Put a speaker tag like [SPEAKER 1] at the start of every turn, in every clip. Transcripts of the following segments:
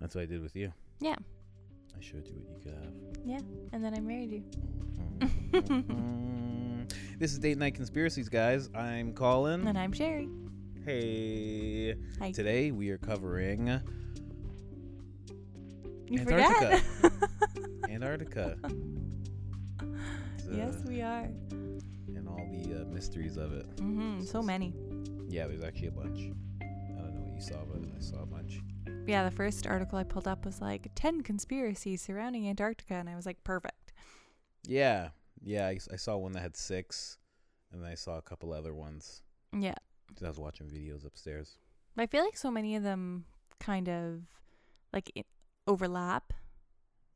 [SPEAKER 1] That's what I did with you.
[SPEAKER 2] Yeah.
[SPEAKER 1] I showed you what you could have.
[SPEAKER 2] And then I married you.
[SPEAKER 1] Mm. this is Date Night Conspiracies, guys. I'm Colin.
[SPEAKER 2] And I'm Sherry.
[SPEAKER 1] Hey.
[SPEAKER 2] Hi.
[SPEAKER 1] Today we are covering
[SPEAKER 2] You
[SPEAKER 1] Antarctica.
[SPEAKER 2] forgot.
[SPEAKER 1] Antarctica. It's,
[SPEAKER 2] yes,
[SPEAKER 1] uh,
[SPEAKER 2] we are.
[SPEAKER 1] and all the uh, mysteries of it.
[SPEAKER 2] hmm So many.
[SPEAKER 1] Yeah, there's actually a bunch. I don't know what you saw, but I saw a bunch.
[SPEAKER 2] Yeah, the first article I pulled up was like 10 conspiracies surrounding Antarctica. And I was like, perfect.
[SPEAKER 1] Yeah. Yeah, I, s- I saw one that had six, and then I saw a couple other ones.
[SPEAKER 2] Yeah.
[SPEAKER 1] 'Cause I was watching videos upstairs.
[SPEAKER 2] But I feel like so many of them kind of like i overlap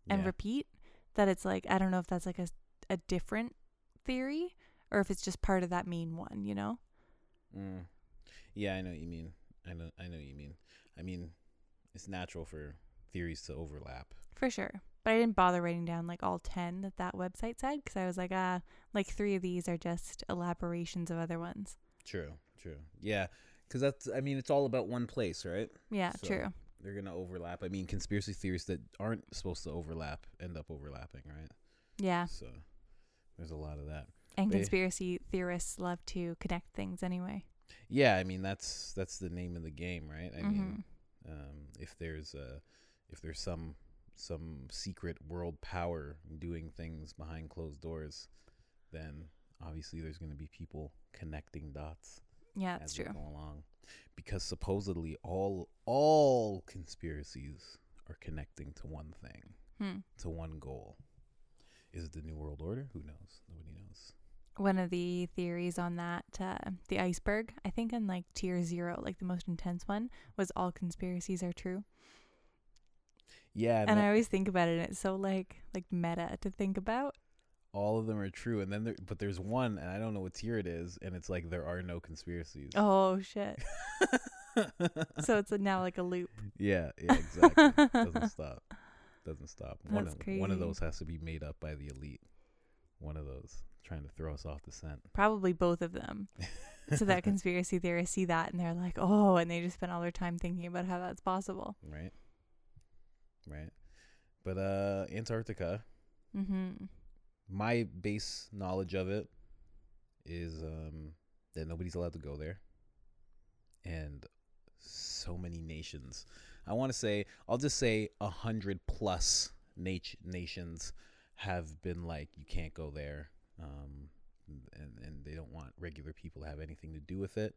[SPEAKER 2] and
[SPEAKER 1] Yeah.
[SPEAKER 2] repeat that it's like, I don't know if that's like a, a different theory or if it's just part of that main one, you know?
[SPEAKER 1] Mm. Yeah, I know what you mean. I know I know what you mean. I mean, it's natural for theories to overlap.
[SPEAKER 2] For sure. But I didn't bother writing down like all 10 that that website said because I was like, ah, like three of these are just elaborations of other ones.
[SPEAKER 1] True, true. Yeah, because that's I mean, it's all about one place, right?
[SPEAKER 2] Yeah,
[SPEAKER 1] So-
[SPEAKER 2] true.
[SPEAKER 1] They're gonna overlap. I mean, conspiracy theories that aren't supposed to overlap end up overlapping, right?
[SPEAKER 2] Yeah.
[SPEAKER 1] So there's a lot of that.
[SPEAKER 2] And
[SPEAKER 1] They-
[SPEAKER 2] conspiracy theorists love to connect things anyway.
[SPEAKER 1] Yeah, I mean that's that's the name of the game, right? I mean,
[SPEAKER 2] hmm
[SPEAKER 1] um, if there's uh if there's some some secret world power doing things behind closed doors, then obviously there's going to be people connecting dots
[SPEAKER 2] Yeah, that's
[SPEAKER 1] as we
[SPEAKER 2] true.
[SPEAKER 1] go along, because supposedly all all conspiracies are connecting to one thing,
[SPEAKER 2] Hmm.
[SPEAKER 1] to one goal. Is it the New World Order? Who knows? Nobody knows.
[SPEAKER 2] One of the theories on that, uh, the iceberg, I think in like tier zero, like the most intense one, was all conspiracies are true.
[SPEAKER 1] Yeah,
[SPEAKER 2] And I always think about it, and it's so like like meta to think about.
[SPEAKER 1] all of them are true and then there but there's one and i don't know what tier it is and it's like there are no conspiracies
[SPEAKER 2] Oh shit! so it's now like a loop.
[SPEAKER 1] yeah yeah exactly doesn't stop doesn't stop one
[SPEAKER 2] That's
[SPEAKER 1] of, one of
[SPEAKER 2] crazy.
[SPEAKER 1] those has to be made up by the elite one of those trying to throw us off the scent
[SPEAKER 2] Probably both of them. so that conspiracy theorists see that and they're like, oh, and they just spend all their time thinking about how that's possible.
[SPEAKER 1] right right but uh antarctica
[SPEAKER 2] Mm-hmm.
[SPEAKER 1] my base knowledge of it is um that nobody's allowed to go there and so many nations i want to say i'll just say a hundred plus nat- nations have been like you can't go there um and and they don't want regular people to have anything to do with it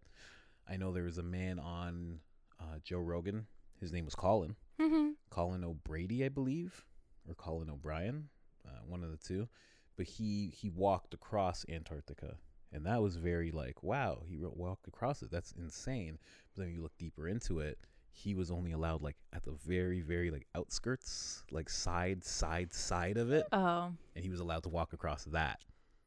[SPEAKER 1] i know there was a man on uh, joe rogan his name was colin
[SPEAKER 2] Mm-hmm.
[SPEAKER 1] Colin O'Brady, I believe, or Colin O'Brien, uh, one of the two. But he he walked across Antarctica, and that was very like wow. He ro- walked across it. That's insane. But then you look deeper into it, he was only allowed like at the very very like outskirts, like side side side of it,
[SPEAKER 2] Oh,
[SPEAKER 1] and he was allowed to walk across that.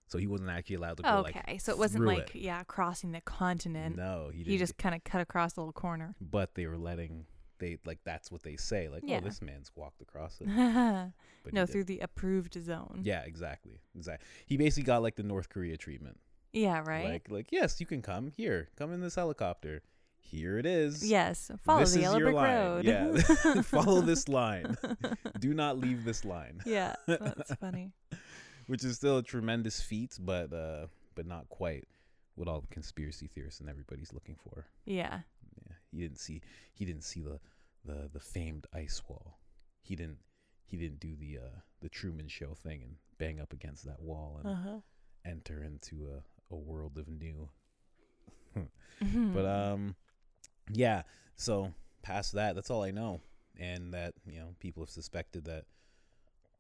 [SPEAKER 1] So he wasn't actually allowed to go
[SPEAKER 2] okay. so it wasn't
[SPEAKER 1] through
[SPEAKER 2] like, yeah, crossing the
[SPEAKER 1] like
[SPEAKER 2] continent.
[SPEAKER 1] no. He,
[SPEAKER 2] he
[SPEAKER 1] didn't
[SPEAKER 2] just kind of cut across a little corner.
[SPEAKER 1] But they were letting they like that's what they say like
[SPEAKER 2] Yeah.
[SPEAKER 1] oh this man's walked across it.
[SPEAKER 2] no,
[SPEAKER 1] But he didn't.
[SPEAKER 2] through the approved zone.
[SPEAKER 1] Yeah, exactly. Exactly. He basically got like the North Korea treatment.
[SPEAKER 2] Yeah, right?
[SPEAKER 1] Like, like yes, you can come here. Come in this helicopter. Here it is.
[SPEAKER 2] yes. Follow
[SPEAKER 1] This
[SPEAKER 2] the
[SPEAKER 1] is
[SPEAKER 2] yellow
[SPEAKER 1] your
[SPEAKER 2] brick
[SPEAKER 1] line.
[SPEAKER 2] road.
[SPEAKER 1] Yeah. Follow this line. Do not leave this line,
[SPEAKER 2] yeah, that's funny.
[SPEAKER 1] which is still a tremendous feat, but uh, but not quite what all the conspiracy theorists and everybody's looking for.
[SPEAKER 2] Yeah.
[SPEAKER 1] Yeah, he didn't see he didn't see the the the famed ice wall. He didn't he didn't do the uh the Truman Show thing and bang up against that wall and
[SPEAKER 2] Uh-huh.
[SPEAKER 1] enter into a, a world of new.
[SPEAKER 2] Mm-hmm.
[SPEAKER 1] But um yeah, so past that, that's all I know. And that, you know, people have suspected that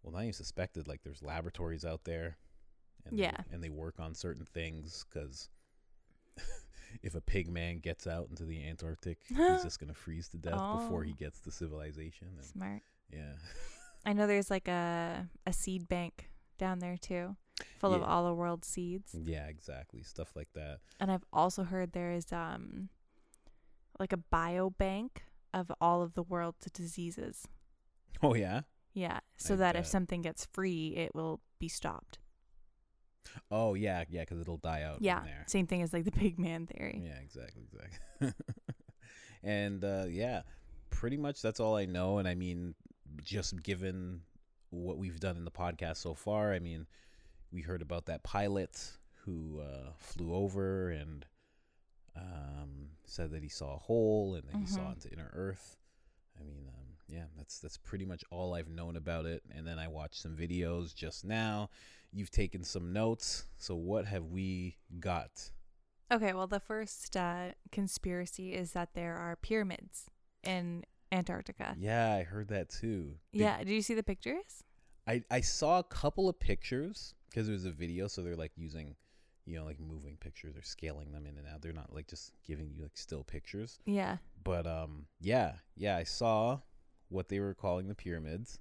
[SPEAKER 1] well not even suspected, like there's laboratories out there and
[SPEAKER 2] Yeah.
[SPEAKER 1] they, and they work on certain things cuz if a pig man gets out into the Antarctic, he's just going to freeze to death before he
[SPEAKER 2] Oh.
[SPEAKER 1] gets to civilization and
[SPEAKER 2] Smart.
[SPEAKER 1] yeah.
[SPEAKER 2] I know there's like a, a seed bank down there too, full of
[SPEAKER 1] Yeah.
[SPEAKER 2] all the world's seeds.
[SPEAKER 1] Yeah, exactly. Stuff like that.
[SPEAKER 2] And I've also heard there is um like a biobank of all of the world's diseases.
[SPEAKER 1] Oh yeah.
[SPEAKER 2] Yeah, so
[SPEAKER 1] I
[SPEAKER 2] that if
[SPEAKER 1] bet.
[SPEAKER 2] something gets free, it will be stopped.
[SPEAKER 1] Oh yeah, yeah cuz it'll die out
[SPEAKER 2] yeah,
[SPEAKER 1] in there.
[SPEAKER 2] same thing as like the big man theory.
[SPEAKER 1] Yeah, exactly, exactly. and uh, yeah, pretty much that's all I know. And I mean, just given what we've done in the podcast so far, I mean, we heard about that pilot who uh, flew over and um, said that he saw a hole and then he saw
[SPEAKER 2] Mhm.
[SPEAKER 1] into inner Earth. I mean, um, yeah, that's that's pretty much all I've known about it. And then I watched some videos just now. You've taken some notes. So what have we got?
[SPEAKER 2] Okay, well, the first uh, conspiracy is that there are pyramids in Antarctica.
[SPEAKER 1] Yeah, I heard that too. Did-
[SPEAKER 2] Yeah, did you see the pictures?
[SPEAKER 1] I, I saw a couple of pictures because it was a video, so they're like using, you know, like moving pictures or scaling them in and out. They're not like just giving you like still pictures.
[SPEAKER 2] Yeah.
[SPEAKER 1] But um, yeah, yeah, I saw what they were calling the pyramids.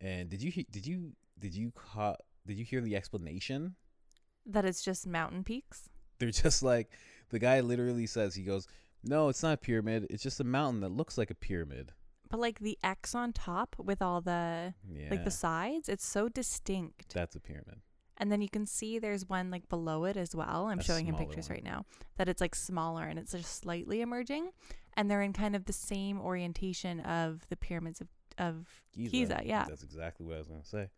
[SPEAKER 1] And did you he- did you did you ca- did you hear the explanation?
[SPEAKER 2] That it's just mountain peaks.
[SPEAKER 1] They're just like the guy literally says he goes, "No, it's not a pyramid. It's just a mountain that looks like a pyramid."
[SPEAKER 2] But like the X on top with all the
[SPEAKER 1] Yeah,
[SPEAKER 2] like the sides, it's so distinct.
[SPEAKER 1] that's a pyramid.
[SPEAKER 2] and then you can see there's one like below it as well. I'm
[SPEAKER 1] A
[SPEAKER 2] showing him
[SPEAKER 1] smaller
[SPEAKER 2] pictures
[SPEAKER 1] one.
[SPEAKER 2] right now that it's like smaller and it's just slightly emerging, and they're in kind of the same orientation of the pyramids of of Giza. yeah.
[SPEAKER 1] that's exactly what I was gonna say.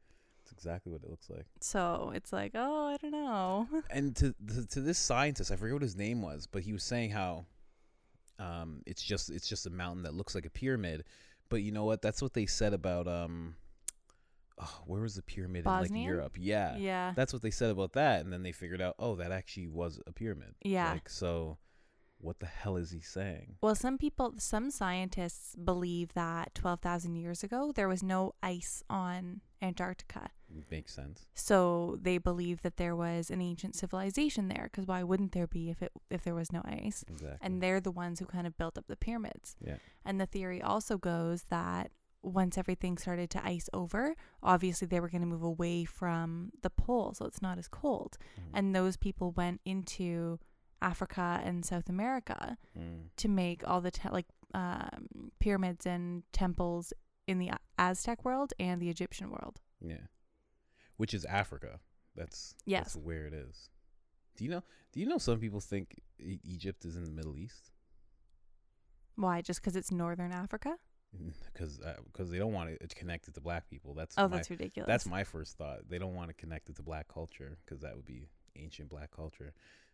[SPEAKER 1] That's exactly what it looks like.
[SPEAKER 2] So it's like, oh, I don't know.
[SPEAKER 1] and to, to to this scientist, I forget what his name was, but he was saying how um it's just it's just a mountain that looks like a pyramid. But you know what? That's what they said about um oh, where was the pyramid in
[SPEAKER 2] Bosnia?
[SPEAKER 1] like Europe? Yeah.
[SPEAKER 2] yeah.
[SPEAKER 1] That's what they said about that and then they figured out, "Oh, that actually was a pyramid."
[SPEAKER 2] Yeah.
[SPEAKER 1] Like so what the hell is he saying?
[SPEAKER 2] Well, some people, some scientists believe that 12,000 years ago there was no ice on Antarctica.
[SPEAKER 1] Makes sense.
[SPEAKER 2] So they believe that there was an ancient civilization there because why wouldn't there be if it if there was no ice?
[SPEAKER 1] Exactly.
[SPEAKER 2] And they're the ones who kind of built up the pyramids.
[SPEAKER 1] Yeah.
[SPEAKER 2] And the theory also goes that once everything started to ice over, obviously they were going to move away from the pole so it's not as cold.
[SPEAKER 1] Mhm.
[SPEAKER 2] And those people went into Africa and South America
[SPEAKER 1] Mm.
[SPEAKER 2] to make all the te- like um, pyramids and temples in the A- Aztec world and the Egyptian world.
[SPEAKER 1] Yeah. Which is Africa. That's
[SPEAKER 2] Yes.
[SPEAKER 1] that's where it is. Do you know do you know some people think E- Egypt is in the Middle East?
[SPEAKER 2] Why? Just because it's northern Africa?
[SPEAKER 1] because because uh, they don't want it connected to black people. That's
[SPEAKER 2] Oh,
[SPEAKER 1] my,
[SPEAKER 2] that's ridiculous.
[SPEAKER 1] that's my first thought. They don't want to connect it to black culture because that would be ancient black culture.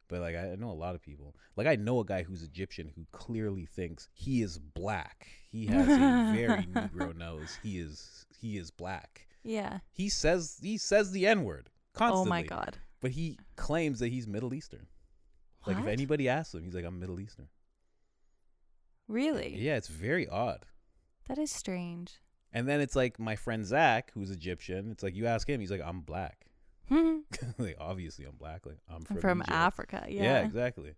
[SPEAKER 1] But like I I know a lot of people. Like I know a guy who's Egyptian who clearly thinks he is black. He has a very negro nose. He is he is black.
[SPEAKER 2] yeah.
[SPEAKER 1] He says he says the n word constantly.
[SPEAKER 2] Oh my god.
[SPEAKER 1] But he claims that he's Middle Eastern. Like if
[SPEAKER 2] What?
[SPEAKER 1] anybody asks him, he's like I'm Middle Eastern.
[SPEAKER 2] Really?
[SPEAKER 1] Yeah, it's very odd.
[SPEAKER 2] That is strange.
[SPEAKER 1] And then it's like my friend Zach, who's Egyptian. It's like you ask him, he's like, "I'm black."
[SPEAKER 2] I'm
[SPEAKER 1] like obviously, I'm black. Like I'm from,
[SPEAKER 2] from,
[SPEAKER 1] Egypt.
[SPEAKER 2] Africa. Yeah.
[SPEAKER 1] exactly.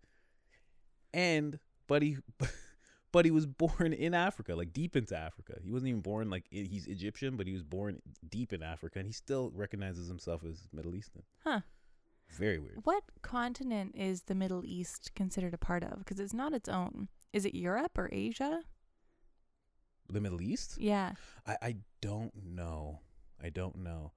[SPEAKER 1] And but he, but he was born in Africa, like deep into Africa. He wasn't even born like i- he's Egyptian, but he was born deep in Africa, and he still recognizes himself as Middle Eastern.
[SPEAKER 2] Huh.
[SPEAKER 1] Very weird.
[SPEAKER 2] What continent is the Middle East considered a part of? Because it's not its own. Is it Europe or Asia?
[SPEAKER 1] The Middle East?
[SPEAKER 2] Yeah.
[SPEAKER 1] I I don't know. I don't know.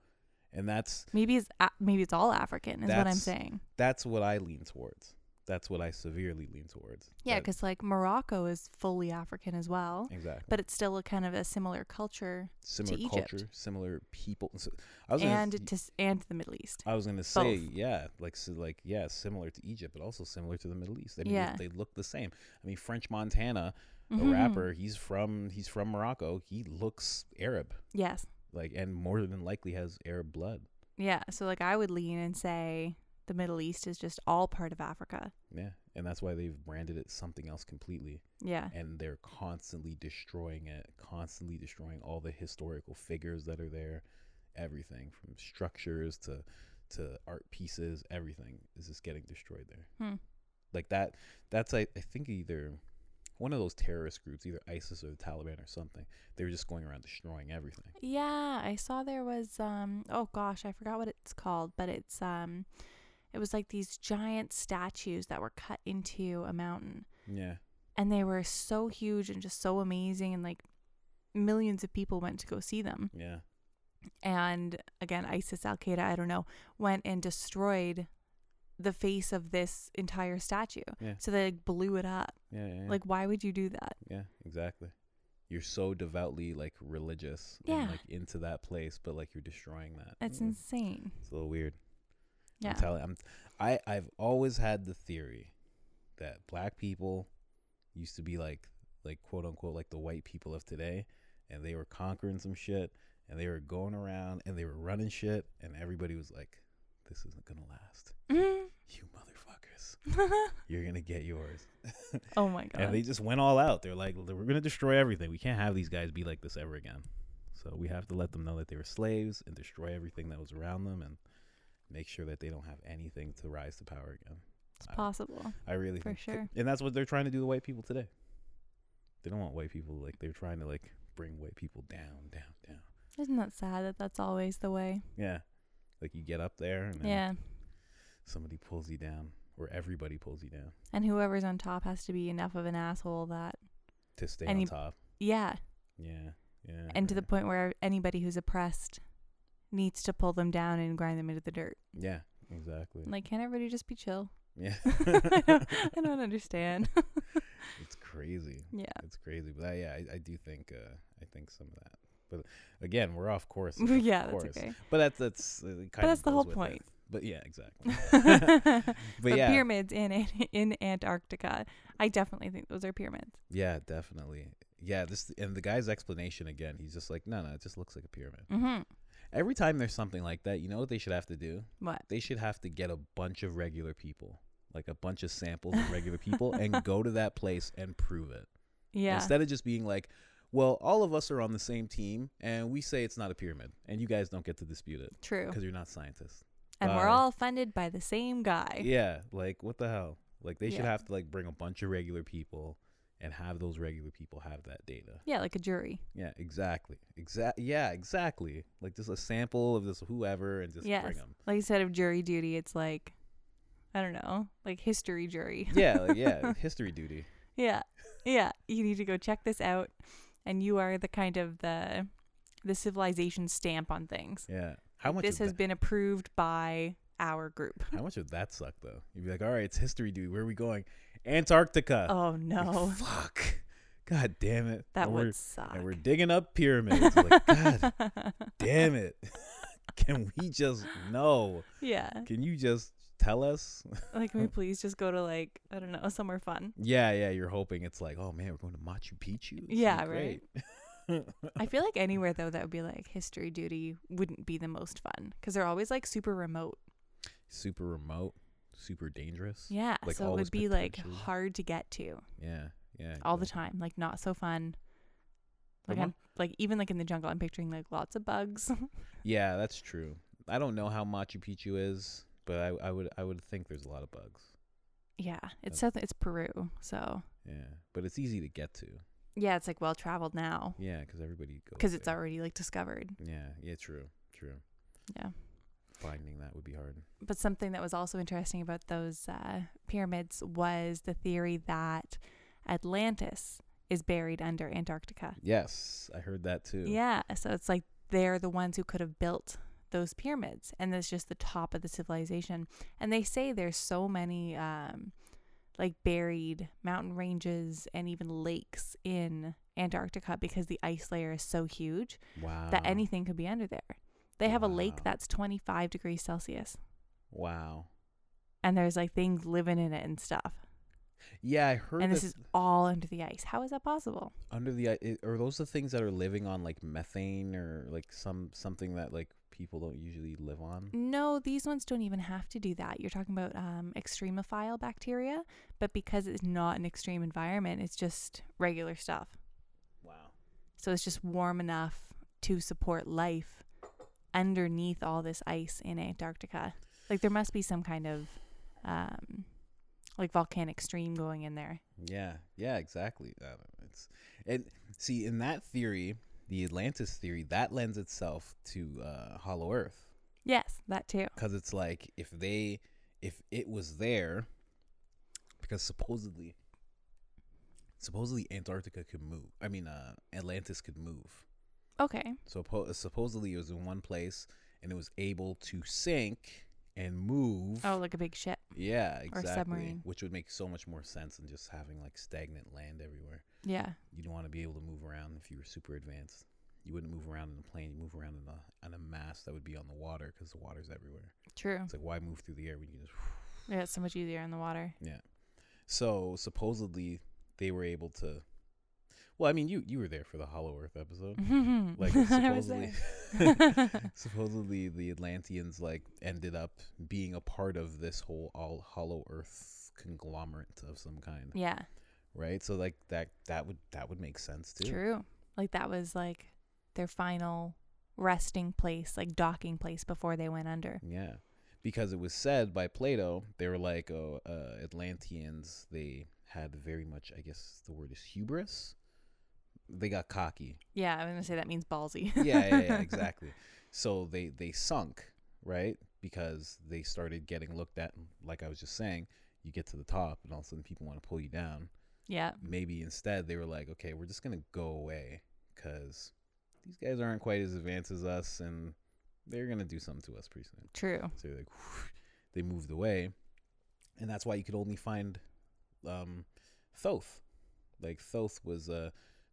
[SPEAKER 1] And that's
[SPEAKER 2] Maybe it's a- maybe it's all African. Is what I'm
[SPEAKER 1] That's-
[SPEAKER 2] saying.
[SPEAKER 1] that's what I lean towards. That's what I severely lean towards.
[SPEAKER 2] Yeah,
[SPEAKER 1] That-
[SPEAKER 2] because like Morocco is fully African as well,
[SPEAKER 1] exactly.
[SPEAKER 2] but it's still a kind of a similar culture
[SPEAKER 1] similar
[SPEAKER 2] Egypt.
[SPEAKER 1] culture, similar people. So, I was
[SPEAKER 2] and
[SPEAKER 1] gonna, s-
[SPEAKER 2] to s- and the Middle East.
[SPEAKER 1] I was gonna say
[SPEAKER 2] both.
[SPEAKER 1] yeah, like so, like yeah, similar to Egypt, but also similar to the Middle East. I mean,
[SPEAKER 2] Yeah.
[SPEAKER 1] they, they look the same. I mean, French Montana, the
[SPEAKER 2] Mhm.
[SPEAKER 1] rapper, he's from he's from Morocco. He looks Arab,
[SPEAKER 2] Yes.
[SPEAKER 1] like and more than likely has Arab blood.
[SPEAKER 2] Yeah. So like I would lean and say the Middle East is just all part of Africa.
[SPEAKER 1] Yeah, and that's why they've branded it something else completely,
[SPEAKER 2] Yeah.
[SPEAKER 1] and they're constantly destroying it, constantly destroying all the historical figures that are there, everything from structures to to art pieces, everything is just getting destroyed there.
[SPEAKER 2] Hmm.
[SPEAKER 1] like that that's I, I think either one of those terrorist groups either isis or the taliban or something they were just going around destroying everything
[SPEAKER 2] Yeah, I saw there was um oh gosh, I forgot what it's called, but it's um it was like these giant statues that were cut into a mountain
[SPEAKER 1] yeah
[SPEAKER 2] and they were so huge and just so amazing and like millions of people went to go see them.
[SPEAKER 1] yeah
[SPEAKER 2] and again ISIS Al Qaeda I don't know went and destroyed the face of this entire statue.
[SPEAKER 1] Yeah.
[SPEAKER 2] So they like, blew it up.
[SPEAKER 1] yeah yeah, yeah.
[SPEAKER 2] Like why would you do that?
[SPEAKER 1] yeah exactly you're so devoutly like religious
[SPEAKER 2] Yeah.
[SPEAKER 1] and like into that place, but like you're destroying that.
[SPEAKER 2] It's
[SPEAKER 1] Mm.
[SPEAKER 2] insane.
[SPEAKER 1] It's a little weird.
[SPEAKER 2] Yeah.
[SPEAKER 1] I'm telling. I'm. I I've always had the theory that black people used to be like like quote unquote like the white people of today, and they were conquering some shit, and they were going around and they were running shit, and everybody was like, "This isn't gonna last,
[SPEAKER 2] Mm.
[SPEAKER 1] you motherfuckers. You're gonna get yours."
[SPEAKER 2] oh my god.
[SPEAKER 1] And they just went all out. They're like, "We're gonna destroy everything. We can't have these guys be like this ever again." So we have to let them know that they were slaves and destroy everything that was around them and make sure that they don't have anything to rise to power again.
[SPEAKER 2] it's
[SPEAKER 1] I-
[SPEAKER 2] possible.
[SPEAKER 1] I really
[SPEAKER 2] For
[SPEAKER 1] think th-
[SPEAKER 2] sure.
[SPEAKER 1] and that's what they're trying to do to white people today. They don't want white people like they're trying to like bring white people down, down, down.
[SPEAKER 2] Isn't that sad that that's always the way?
[SPEAKER 1] Yeah, like you get up there and then
[SPEAKER 2] Yeah.
[SPEAKER 1] somebody pulls you down, or everybody pulls you down
[SPEAKER 2] And whoever's on top has to be enough of an asshole that
[SPEAKER 1] to stay
[SPEAKER 2] Any-
[SPEAKER 1] on top.
[SPEAKER 2] yeah,
[SPEAKER 1] Yeah, yeah.
[SPEAKER 2] and to the
[SPEAKER 1] yeah.
[SPEAKER 2] point where anybody who's oppressed needs to pull them down and grind them into the dirt.
[SPEAKER 1] yeah, exactly.
[SPEAKER 2] Like, can everybody just be chill?
[SPEAKER 1] Yeah,
[SPEAKER 2] I, don't, I don't understand.
[SPEAKER 1] it's crazy.
[SPEAKER 2] yeah.
[SPEAKER 1] It's crazy, but I, yeah, I, I do think uh, I think some of that. But again, we're off course. of
[SPEAKER 2] yeah, that's
[SPEAKER 1] course.
[SPEAKER 2] okay.
[SPEAKER 1] But that's that's uh, kind
[SPEAKER 2] But that's
[SPEAKER 1] of
[SPEAKER 2] the whole
[SPEAKER 1] goes with it.
[SPEAKER 2] point.
[SPEAKER 1] But yeah, exactly.
[SPEAKER 2] but
[SPEAKER 1] But yeah,
[SPEAKER 2] pyramids in An- in Antarctica, I definitely think those are pyramids.
[SPEAKER 1] Yeah, definitely. Yeah, this and the guy's explanation again. He's just like, no, no, it just looks like a pyramid.
[SPEAKER 2] Mm-hmm.
[SPEAKER 1] Every time there's something like that, you know what they should have to do?
[SPEAKER 2] What?
[SPEAKER 1] They should have to get a bunch of regular people, like a bunch of samples of regular people, and go to that place and prove it.
[SPEAKER 2] Yeah.
[SPEAKER 1] Instead of just being like, well, all of us are on the same team, and we say it's not a pyramid, and you guys don't get to dispute it
[SPEAKER 2] True.
[SPEAKER 1] because you're not scientists.
[SPEAKER 2] And we're
[SPEAKER 1] uh,
[SPEAKER 2] all funded by the same guy.
[SPEAKER 1] Yeah, like what the hell? Like they should
[SPEAKER 2] Yeah.
[SPEAKER 1] have to like bring a bunch of regular people and have those regular people have that data.
[SPEAKER 2] Yeah, like a jury.
[SPEAKER 1] Yeah, exactly. Exact. Yeah, exactly. Like just a sample of this whoever, and just bring 'em.
[SPEAKER 2] yes.
[SPEAKER 1] bring them.
[SPEAKER 2] Like instead of jury duty, it's like, I don't know, like history jury.
[SPEAKER 1] Yeah, like, yeah. history duty.
[SPEAKER 2] yeah. Yeah. You need to go check this out, and you are the kind of the the civilization stamp on things.
[SPEAKER 1] Yeah. How much?
[SPEAKER 2] This
[SPEAKER 1] This
[SPEAKER 2] has been approved by our group.
[SPEAKER 1] how much would that suck though? You'd be like, all right, it's history duty. Where are we going? Antarctica.
[SPEAKER 2] Oh
[SPEAKER 1] Like,
[SPEAKER 2] no,
[SPEAKER 1] fuck. God damn it.
[SPEAKER 2] that
[SPEAKER 1] And we're-
[SPEAKER 2] would suck.
[SPEAKER 1] And we're digging up pyramids. like, God damn it. Can we just know?
[SPEAKER 2] yeah.
[SPEAKER 1] Can you just tell us?
[SPEAKER 2] Like,
[SPEAKER 1] Oh.
[SPEAKER 2] can we please just go to like I don't know somewhere fun?
[SPEAKER 1] yeah, yeah. You're hoping it's like, oh man, we're going to Machu Picchu. It's gonna be
[SPEAKER 2] Yeah,
[SPEAKER 1] great.
[SPEAKER 2] right. I feel like anywhere though that would be like history duty wouldn't be the most fun because they're always like super remote.
[SPEAKER 1] super remote, super dangerous.
[SPEAKER 2] Yeah,
[SPEAKER 1] Like,
[SPEAKER 2] so it
[SPEAKER 1] always
[SPEAKER 2] would be like
[SPEAKER 1] potential.
[SPEAKER 2] hard to get to
[SPEAKER 1] yeah, yeah.
[SPEAKER 2] all the
[SPEAKER 1] exactly.
[SPEAKER 2] time. Like not so fun.
[SPEAKER 1] The
[SPEAKER 2] Like I'm like even like in the jungle, I'm picturing like lots of bugs.
[SPEAKER 1] Yeah, that's true. I don't know how Machu Picchu is, but I, I would I would think there's a lot of bugs.
[SPEAKER 2] yeah, it's south. It's Peru, so
[SPEAKER 1] Yeah, but it's easy to get to.
[SPEAKER 2] yeah, it's like well traveled now
[SPEAKER 1] Yeah, because everybody goes.
[SPEAKER 2] because it's
[SPEAKER 1] there.
[SPEAKER 2] already like discovered.
[SPEAKER 1] Yeah, yeah, true, true.
[SPEAKER 2] Yeah.
[SPEAKER 1] Finding that would be hard.
[SPEAKER 2] but something that was also interesting about those uh, pyramids was the theory that Atlantis is buried under Antarctica.
[SPEAKER 1] Yes, I heard that too.
[SPEAKER 2] Yeah, so it's like they're the ones who could have built those pyramids, and that's just the top of the civilization. And they say there's so many um, like buried mountain ranges and even lakes in Antarctica because the ice layer is so huge
[SPEAKER 1] Wow.
[SPEAKER 2] that anything could be under there. They have a
[SPEAKER 1] Ah. Wow.
[SPEAKER 2] lake that's 25 degrees Celsius
[SPEAKER 1] Wow.
[SPEAKER 2] and there's like things living in it and stuff.
[SPEAKER 1] Yeah, I heard.
[SPEAKER 2] And this
[SPEAKER 1] that
[SPEAKER 2] is all under the ice. How is that possible?
[SPEAKER 1] under the i- i- are those the things that are living on like methane or like some something that like people don't usually live on.
[SPEAKER 2] No, these ones don't even have to do that. You're talking about um, extremophile bacteria, but because it's not an extreme environment, it's just regular stuff.
[SPEAKER 1] Wow.
[SPEAKER 2] So it's just warm enough to support life underneath all this ice in Antarctica. Like there must be some kind of um, like volcanic stream going in there.
[SPEAKER 1] Yeah, yeah, exactly. I don't know. It's and see in that theory, the Atlantis theory, that lends itself to uh, Hollow Earth
[SPEAKER 2] Yes, that too.
[SPEAKER 1] because it's like if they, if it was there, because supposedly, supposedly Antarctica could move. I mean, uh, Atlantis could move.
[SPEAKER 2] Okay.
[SPEAKER 1] So po- supposedly it was in one place and it was able to sink and move.
[SPEAKER 2] Oh, like a big ship.
[SPEAKER 1] yeah, exactly.
[SPEAKER 2] submarine.
[SPEAKER 1] Which would make so much more sense than just having like stagnant land everywhere.
[SPEAKER 2] Yeah.
[SPEAKER 1] You'd want to be able to move around if you were super advanced. You wouldn't move around in a plane. You move around in a on a mass that would be on the water because the water's everywhere.
[SPEAKER 2] True.
[SPEAKER 1] It's like why move through the air when you can just
[SPEAKER 2] Yeah, it's so much easier in the water.
[SPEAKER 1] So supposedly they were able to. Well, I mean, you you were there for the Hollow Earth episode. Like
[SPEAKER 2] I was
[SPEAKER 1] supposedly,
[SPEAKER 2] there.
[SPEAKER 1] supposedly the Atlanteans like ended up being a part of this whole all Hollow Earth conglomerate of some kind,
[SPEAKER 2] yeah.
[SPEAKER 1] right? So like that that would that would make sense too.
[SPEAKER 2] True. Like that was like their final resting place, like docking place before they went under.
[SPEAKER 1] Yeah, because it was said by Plato, they were like, oh, uh, Atlanteans, they had very much, I guess the word is hubris. They got cocky,
[SPEAKER 2] Yeah, I'm gonna say that means ballsy.
[SPEAKER 1] yeah, yeah, yeah exactly. So they they sunk, right? Because they started getting looked at. and Like I was just saying, you get to the top, and all of a sudden people want to pull you down.
[SPEAKER 2] yeah.
[SPEAKER 1] Maybe instead they were like, okay, we're just gonna go away because these guys aren't quite as advanced as us, and they're gonna do something to us pretty soon.
[SPEAKER 2] True.
[SPEAKER 1] So they're like, they moved away, and that's why you could only find um, Thoth. Like Thoth was uh,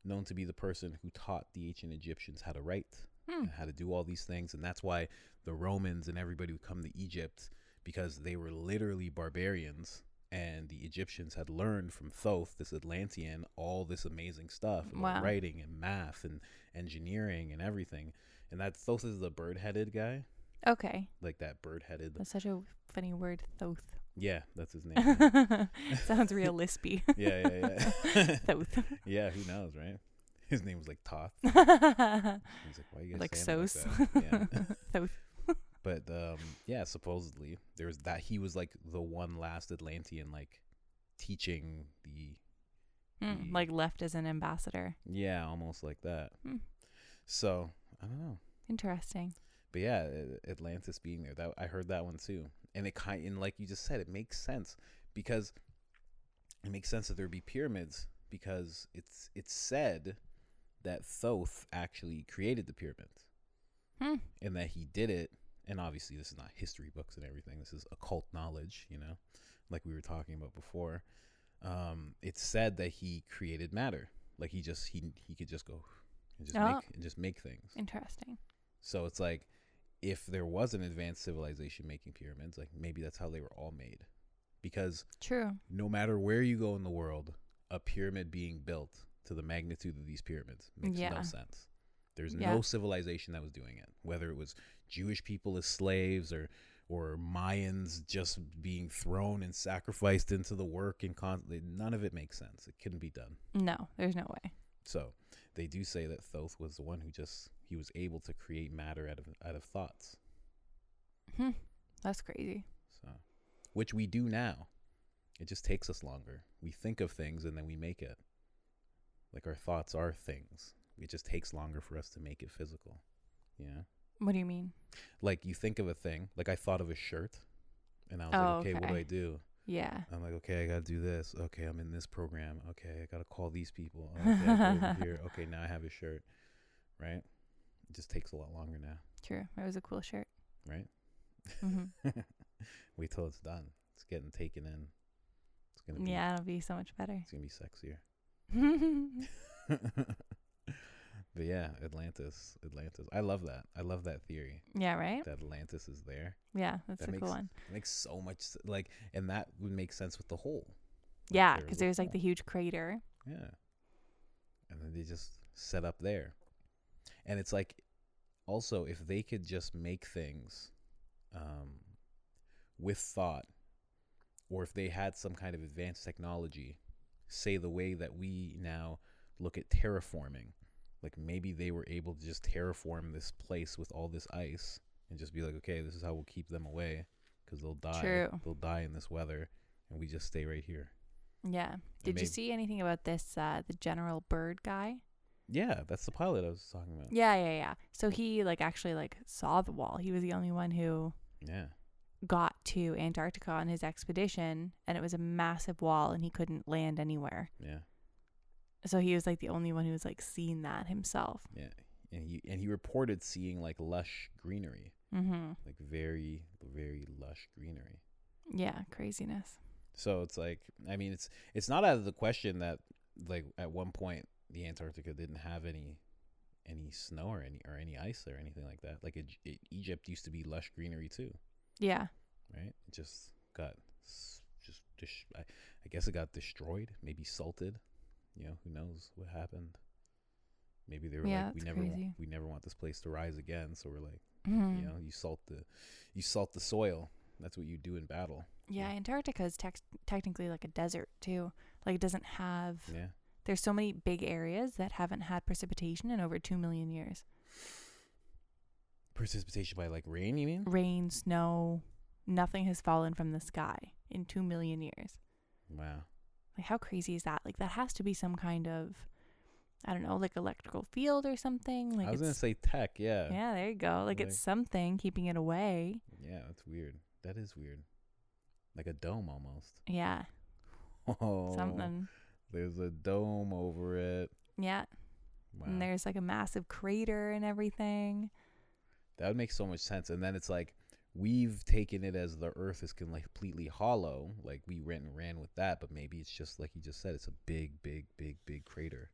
[SPEAKER 1] known to be the person who taught the ancient Egyptians how to write
[SPEAKER 2] Hmm.
[SPEAKER 1] and how to do all these things. And that's why the Romans and everybody would come to Egypt because they were literally barbarians. And the Egyptians had learned from Thoth, this Atlantean, all this amazing stuff about
[SPEAKER 2] Wow.
[SPEAKER 1] writing and math and engineering and everything. And that Thoth is the bird headed guy,
[SPEAKER 2] Okay.
[SPEAKER 1] like that bird headed.
[SPEAKER 2] That's such a funny word, thoth.
[SPEAKER 1] Yeah, that's his name. yeah,
[SPEAKER 2] Sounds real lispy.
[SPEAKER 1] yeah, yeah.
[SPEAKER 2] thoth.
[SPEAKER 1] yeah, who knows, right? His name was like Toth. He's like, why you guys
[SPEAKER 2] like
[SPEAKER 1] saying it
[SPEAKER 2] Sos.
[SPEAKER 1] like that? Yeah.
[SPEAKER 2] thoth.
[SPEAKER 1] But um, yeah, supposedly there was that he was like the one last Atlantean like teaching the
[SPEAKER 2] Mm, like left as an ambassador.
[SPEAKER 1] yeah, almost like that.
[SPEAKER 2] Hmm.
[SPEAKER 1] So I don't know,
[SPEAKER 2] Interesting.
[SPEAKER 1] but yeah, A- Atlantis being there, that I heard that one too, and it kind and like you just said, it makes sense because it makes sense that there'd be pyramids because it's it's said that Thoth actually created the pyramids.
[SPEAKER 2] Hmm.
[SPEAKER 1] and that he did it and obviously this is not history books and everything this is occult knowledge you know like we were talking about before um it's said that he created matter like he just he he could just go and just
[SPEAKER 2] Oh.
[SPEAKER 1] make and just make things
[SPEAKER 2] Interesting.
[SPEAKER 1] so it's like if there was an advanced civilization making pyramids like maybe that's how they were all made because
[SPEAKER 2] True.
[SPEAKER 1] no matter where you go in the world a pyramid being built to the magnitude of these pyramids makes
[SPEAKER 2] Yeah.
[SPEAKER 1] no sense there's
[SPEAKER 2] Yeah.
[SPEAKER 1] no civilization that was doing it, whether it was Jewish people as slaves or or Mayans just being thrown and sacrificed into the work and constantly. None of it makes sense. It couldn't be done.
[SPEAKER 2] No, there's no way.
[SPEAKER 1] So they do say that Thoth was the one who just he was able to create matter out of out of thoughts.
[SPEAKER 2] Hmm. That's crazy.
[SPEAKER 1] So, which we do now. It just takes us longer. We think of things and then we make it. Like our thoughts are things. It just takes longer for us to make it physical. Yeah.
[SPEAKER 2] What do you mean?
[SPEAKER 1] like you think of a thing. Like I thought of a shirt, and I was
[SPEAKER 2] Oh,
[SPEAKER 1] like, okay, what do
[SPEAKER 2] okay.
[SPEAKER 1] I do?
[SPEAKER 2] Yeah.
[SPEAKER 1] I'm like, okay, I gotta do this. Okay, I'm in this program. Okay, I gotta call these people. Okay, I go over here. Okay, now I have a shirt. Right? It just takes a lot longer now.
[SPEAKER 2] True. It was a cool shirt.
[SPEAKER 1] Right?
[SPEAKER 2] hmm
[SPEAKER 1] Wait till it's done. It's getting taken in. It's gonna be.
[SPEAKER 2] yeah, it'll be so much better.
[SPEAKER 1] It's gonna be sexier.
[SPEAKER 2] yeah,
[SPEAKER 1] but yeah, Atlantis. Atlantis. I love that. I love that theory
[SPEAKER 2] right?
[SPEAKER 1] that Atlantis is there.
[SPEAKER 2] Yeah, that's
[SPEAKER 1] That
[SPEAKER 2] a
[SPEAKER 1] makes
[SPEAKER 2] cool one.
[SPEAKER 1] It makes so much s- like, and that would make sense with the hole. Like,
[SPEAKER 2] Yeah, 'cause
[SPEAKER 1] there is a
[SPEAKER 2] there's like the
[SPEAKER 1] hole.
[SPEAKER 2] huge crater.
[SPEAKER 1] yeah, and then they just set up there, and it's like, also if they could just make things, um, with thought, or if they had some kind of advanced technology, say the way that we now look at terraforming, like maybe they were able to just terraform this place with all this ice and just be like, okay, this is how we'll keep them away because they'll die.
[SPEAKER 2] True.
[SPEAKER 1] They'll die in this weather, and we just stay right here.
[SPEAKER 2] Yeah. Did you
[SPEAKER 1] maybe-
[SPEAKER 2] see anything about this uh the general bird guy?
[SPEAKER 1] Yeah, that's the pilot I was talking about.
[SPEAKER 2] Yeah, yeah, yeah. So he like actually like saw the wall. He was the only one who
[SPEAKER 1] Yeah.
[SPEAKER 2] got to Antarctica on his expedition and it was a massive wall and he couldn't land anywhere.
[SPEAKER 1] Yeah.
[SPEAKER 2] So he was like the only one who was like seen that himself.
[SPEAKER 1] Yeah. And he and he reported seeing like lush greenery.
[SPEAKER 2] Mm-hmm.
[SPEAKER 1] like very very lush greenery.
[SPEAKER 2] Yeah, craziness.
[SPEAKER 1] So it's like I mean it's it's not out of the question that like at one point the Antarctica didn't have any any snow or any or any ice or anything like that. Like Eg- E- Egypt used to be lush greenery too,
[SPEAKER 2] Yeah.
[SPEAKER 1] right? It just got s- just dis- I, I guess it got destroyed, maybe salted. You know, who knows what happened? Maybe they were
[SPEAKER 2] Yeah,
[SPEAKER 1] like we
[SPEAKER 2] that's
[SPEAKER 1] never want,
[SPEAKER 2] crazy.
[SPEAKER 1] we never want this place to rise again, so we're like,
[SPEAKER 2] Mhm.
[SPEAKER 1] you know, you salt the you salt the soil. That's what you do in battle.
[SPEAKER 2] Yeah,
[SPEAKER 1] Yeah.
[SPEAKER 2] Antarctica is tex technically like a desert too. Like it doesn't have.
[SPEAKER 1] Yeah.
[SPEAKER 2] There's so many big areas that haven't had precipitation in over two million years.
[SPEAKER 1] Precipitation by like rain, you mean?
[SPEAKER 2] Rain, snow, nothing has fallen from the sky in two million years.
[SPEAKER 1] Wow.
[SPEAKER 2] Like how crazy is that? Like that has to be some kind of, I don't know, like electrical field or something. Like
[SPEAKER 1] I was gonna
[SPEAKER 2] it's-
[SPEAKER 1] say tech, yeah. yeah.
[SPEAKER 2] yeah, there you go. Like
[SPEAKER 1] Like-
[SPEAKER 2] it's something keeping it away.
[SPEAKER 1] that's weird. That is weird. Like a dome almost.
[SPEAKER 2] Yeah,
[SPEAKER 1] Oh,
[SPEAKER 2] something.
[SPEAKER 1] There's a dome over it.
[SPEAKER 2] Yeah, and
[SPEAKER 1] Wow.
[SPEAKER 2] there's like a massive crater and everything.
[SPEAKER 1] That would make so much sense. And then it's like we've taken it as the earth is con- like, completely hollow. Like we went and ran with that, but maybe it's just like you just said, it's a big, big, big, big crater.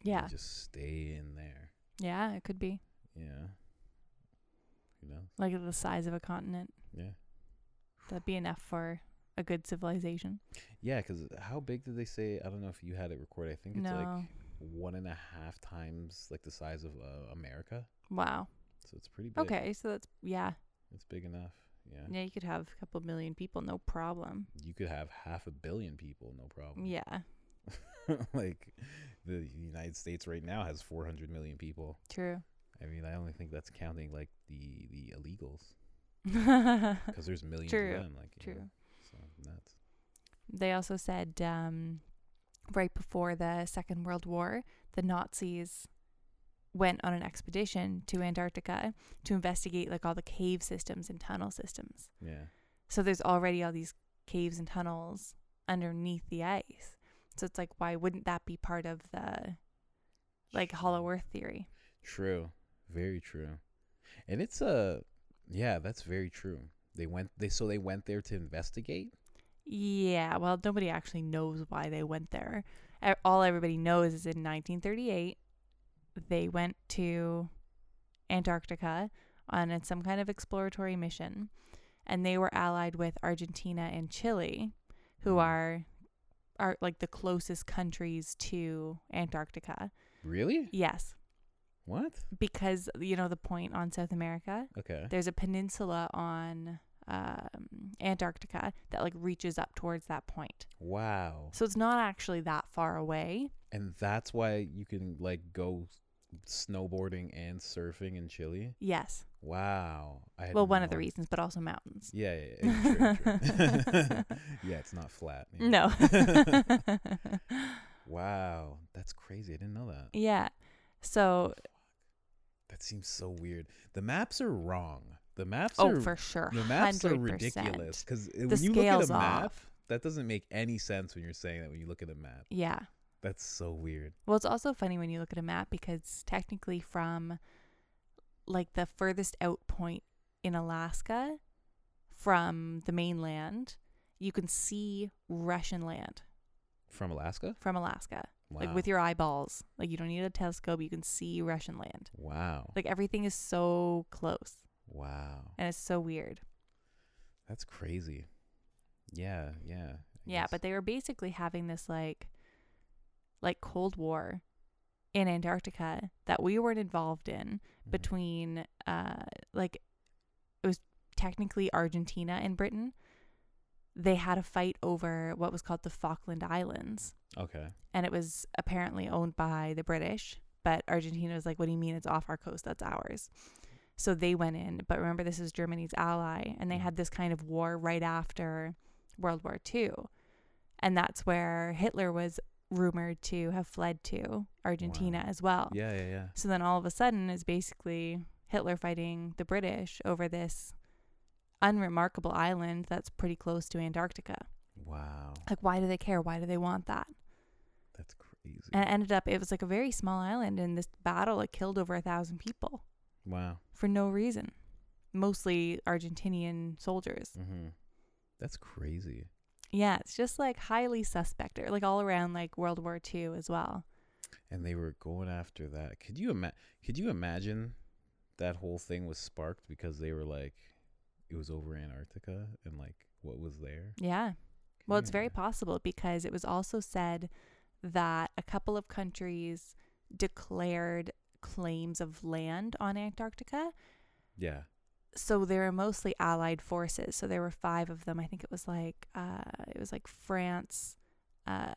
[SPEAKER 1] and you
[SPEAKER 2] Yeah,
[SPEAKER 1] just stay in there.
[SPEAKER 2] yeah, it could be
[SPEAKER 1] Yeah. You know?
[SPEAKER 2] like the size of a continent.
[SPEAKER 1] Yeah.
[SPEAKER 2] That'd be enough for a good civilization.
[SPEAKER 1] Yeah, because how big did they say? I don't know if you had it recorded. I think it's like
[SPEAKER 2] No.
[SPEAKER 1] one and a half times like the size of uh, America.
[SPEAKER 2] Wow.
[SPEAKER 1] So it's pretty big.
[SPEAKER 2] Okay, so that's yeah.
[SPEAKER 1] It's big enough. Yeah.
[SPEAKER 2] Yeah, you could have a couple million people, no problem.
[SPEAKER 1] You could have half a billion people, no problem.
[SPEAKER 2] Yeah,
[SPEAKER 1] like the United States right now has 400 million people.
[SPEAKER 2] true.
[SPEAKER 1] I mean, I only think that's counting like the the illegals
[SPEAKER 2] true.
[SPEAKER 1] because there's millions
[SPEAKER 2] True,
[SPEAKER 1] of them. Like, you know, so nuts.
[SPEAKER 2] They also said um, right before the Second World War, the Nazis went on an expedition to Antarctica to investigate like all the cave systems and tunnel systems.
[SPEAKER 1] Yeah.
[SPEAKER 2] So there's already all these caves and tunnels underneath the ice. So it's like, why wouldn't that be part of the like hollow earth theory?
[SPEAKER 1] True. Very true. And it's a yeah, that's very true. They went they so they went there to investigate.
[SPEAKER 2] Yeah, well, nobody actually knows why they went there. E- All everybody knows is in 1938, they went to Antarctica on a- some kind of exploratory mission, and they were allied with Argentina and Chile, who
[SPEAKER 1] Mhm.
[SPEAKER 2] are are like the closest countries to Antarctica.
[SPEAKER 1] Really?
[SPEAKER 2] Yes,
[SPEAKER 1] What?
[SPEAKER 2] because you know the point on South America.
[SPEAKER 1] Okay.
[SPEAKER 2] There's a peninsula on um, Antarctica that like reaches up towards that point.
[SPEAKER 1] Wow.
[SPEAKER 2] So it's not actually that far away.
[SPEAKER 1] And that's why you can like go s- snowboarding and surfing in Chile.
[SPEAKER 2] Yes.
[SPEAKER 1] Wow. I had
[SPEAKER 2] Well, one of
[SPEAKER 1] no
[SPEAKER 2] the
[SPEAKER 1] idea.
[SPEAKER 2] reasons, but also mountains.
[SPEAKER 1] Yeah, yeah, yeah. True, true. yeah, it's not flat. yeah.
[SPEAKER 2] No.
[SPEAKER 1] wow, that's crazy. I didn't know that.
[SPEAKER 2] yeah. So,
[SPEAKER 1] That seems so weird. The maps are wrong. The maps
[SPEAKER 2] oh,
[SPEAKER 1] are
[SPEAKER 2] for sure.
[SPEAKER 1] The maps are
[SPEAKER 2] 100%.
[SPEAKER 1] ridiculous because when
[SPEAKER 2] The
[SPEAKER 1] you look at a
[SPEAKER 2] scale's
[SPEAKER 1] map,
[SPEAKER 2] off.
[SPEAKER 1] that doesn't make any sense when you're saying that when you look at a map.
[SPEAKER 2] Yeah.
[SPEAKER 1] That's so weird.
[SPEAKER 2] Well, it's also funny when you look at a map because technically, from like the furthest out point in Alaska from the mainland, you can see Russian land
[SPEAKER 1] From Alaska?
[SPEAKER 2] from Alaska,
[SPEAKER 1] Wow.
[SPEAKER 2] like with your eyeballs. Like, you don't need a telescope, you can see Russian land.
[SPEAKER 1] Wow.
[SPEAKER 2] Like, everything is so close
[SPEAKER 1] wow.
[SPEAKER 2] and it's so weird.
[SPEAKER 1] That's crazy. Yeah, yeah. I
[SPEAKER 2] Yeah,
[SPEAKER 1] guess.
[SPEAKER 2] but they were basically having this like like Cold War in Antarctica that we weren't involved in
[SPEAKER 1] Mhm.
[SPEAKER 2] between uh like it was technically Argentina and Britain. They had a fight over what was called the Falkland Islands
[SPEAKER 1] Okay.
[SPEAKER 2] and it was apparently owned by the British, but Argentina was like, "What do you mean it's off our coast? That's ours." So they went in, but remember this is Germany's ally, and they
[SPEAKER 1] Mhm.
[SPEAKER 2] had this kind of war right after World War II, and that's where Hitler was rumored to have fled to Argentina
[SPEAKER 1] Wow.
[SPEAKER 2] as well.
[SPEAKER 1] Yeah, yeah, yeah.
[SPEAKER 2] So then all of a sudden is basically Hitler fighting the British over this unremarkable island that's pretty close to Antarctica.
[SPEAKER 1] Wow.
[SPEAKER 2] Like, why do they care? Why do they want that?
[SPEAKER 1] That's crazy.
[SPEAKER 2] and it ended up it was like a very small island and this battle it killed over a thousand people
[SPEAKER 1] wow.
[SPEAKER 2] for no reason mostly Argentinian soldiers.
[SPEAKER 1] hmm That's crazy.
[SPEAKER 2] Yeah, it's just like highly suspect, or like all around like World War II as well.
[SPEAKER 1] And they were going after that. Could you ima- Could you imagine that whole thing was sparked because they were like, it was over Antarctica and like what was there?
[SPEAKER 2] Yeah. Well, it's very
[SPEAKER 1] Yeah.
[SPEAKER 2] possible because it was also said that a couple of countries declared claims of land on Antarctica.
[SPEAKER 1] yeah.
[SPEAKER 2] So they were mostly allied forces. So there were five of them. I think it was like uh, it was like France. Uh,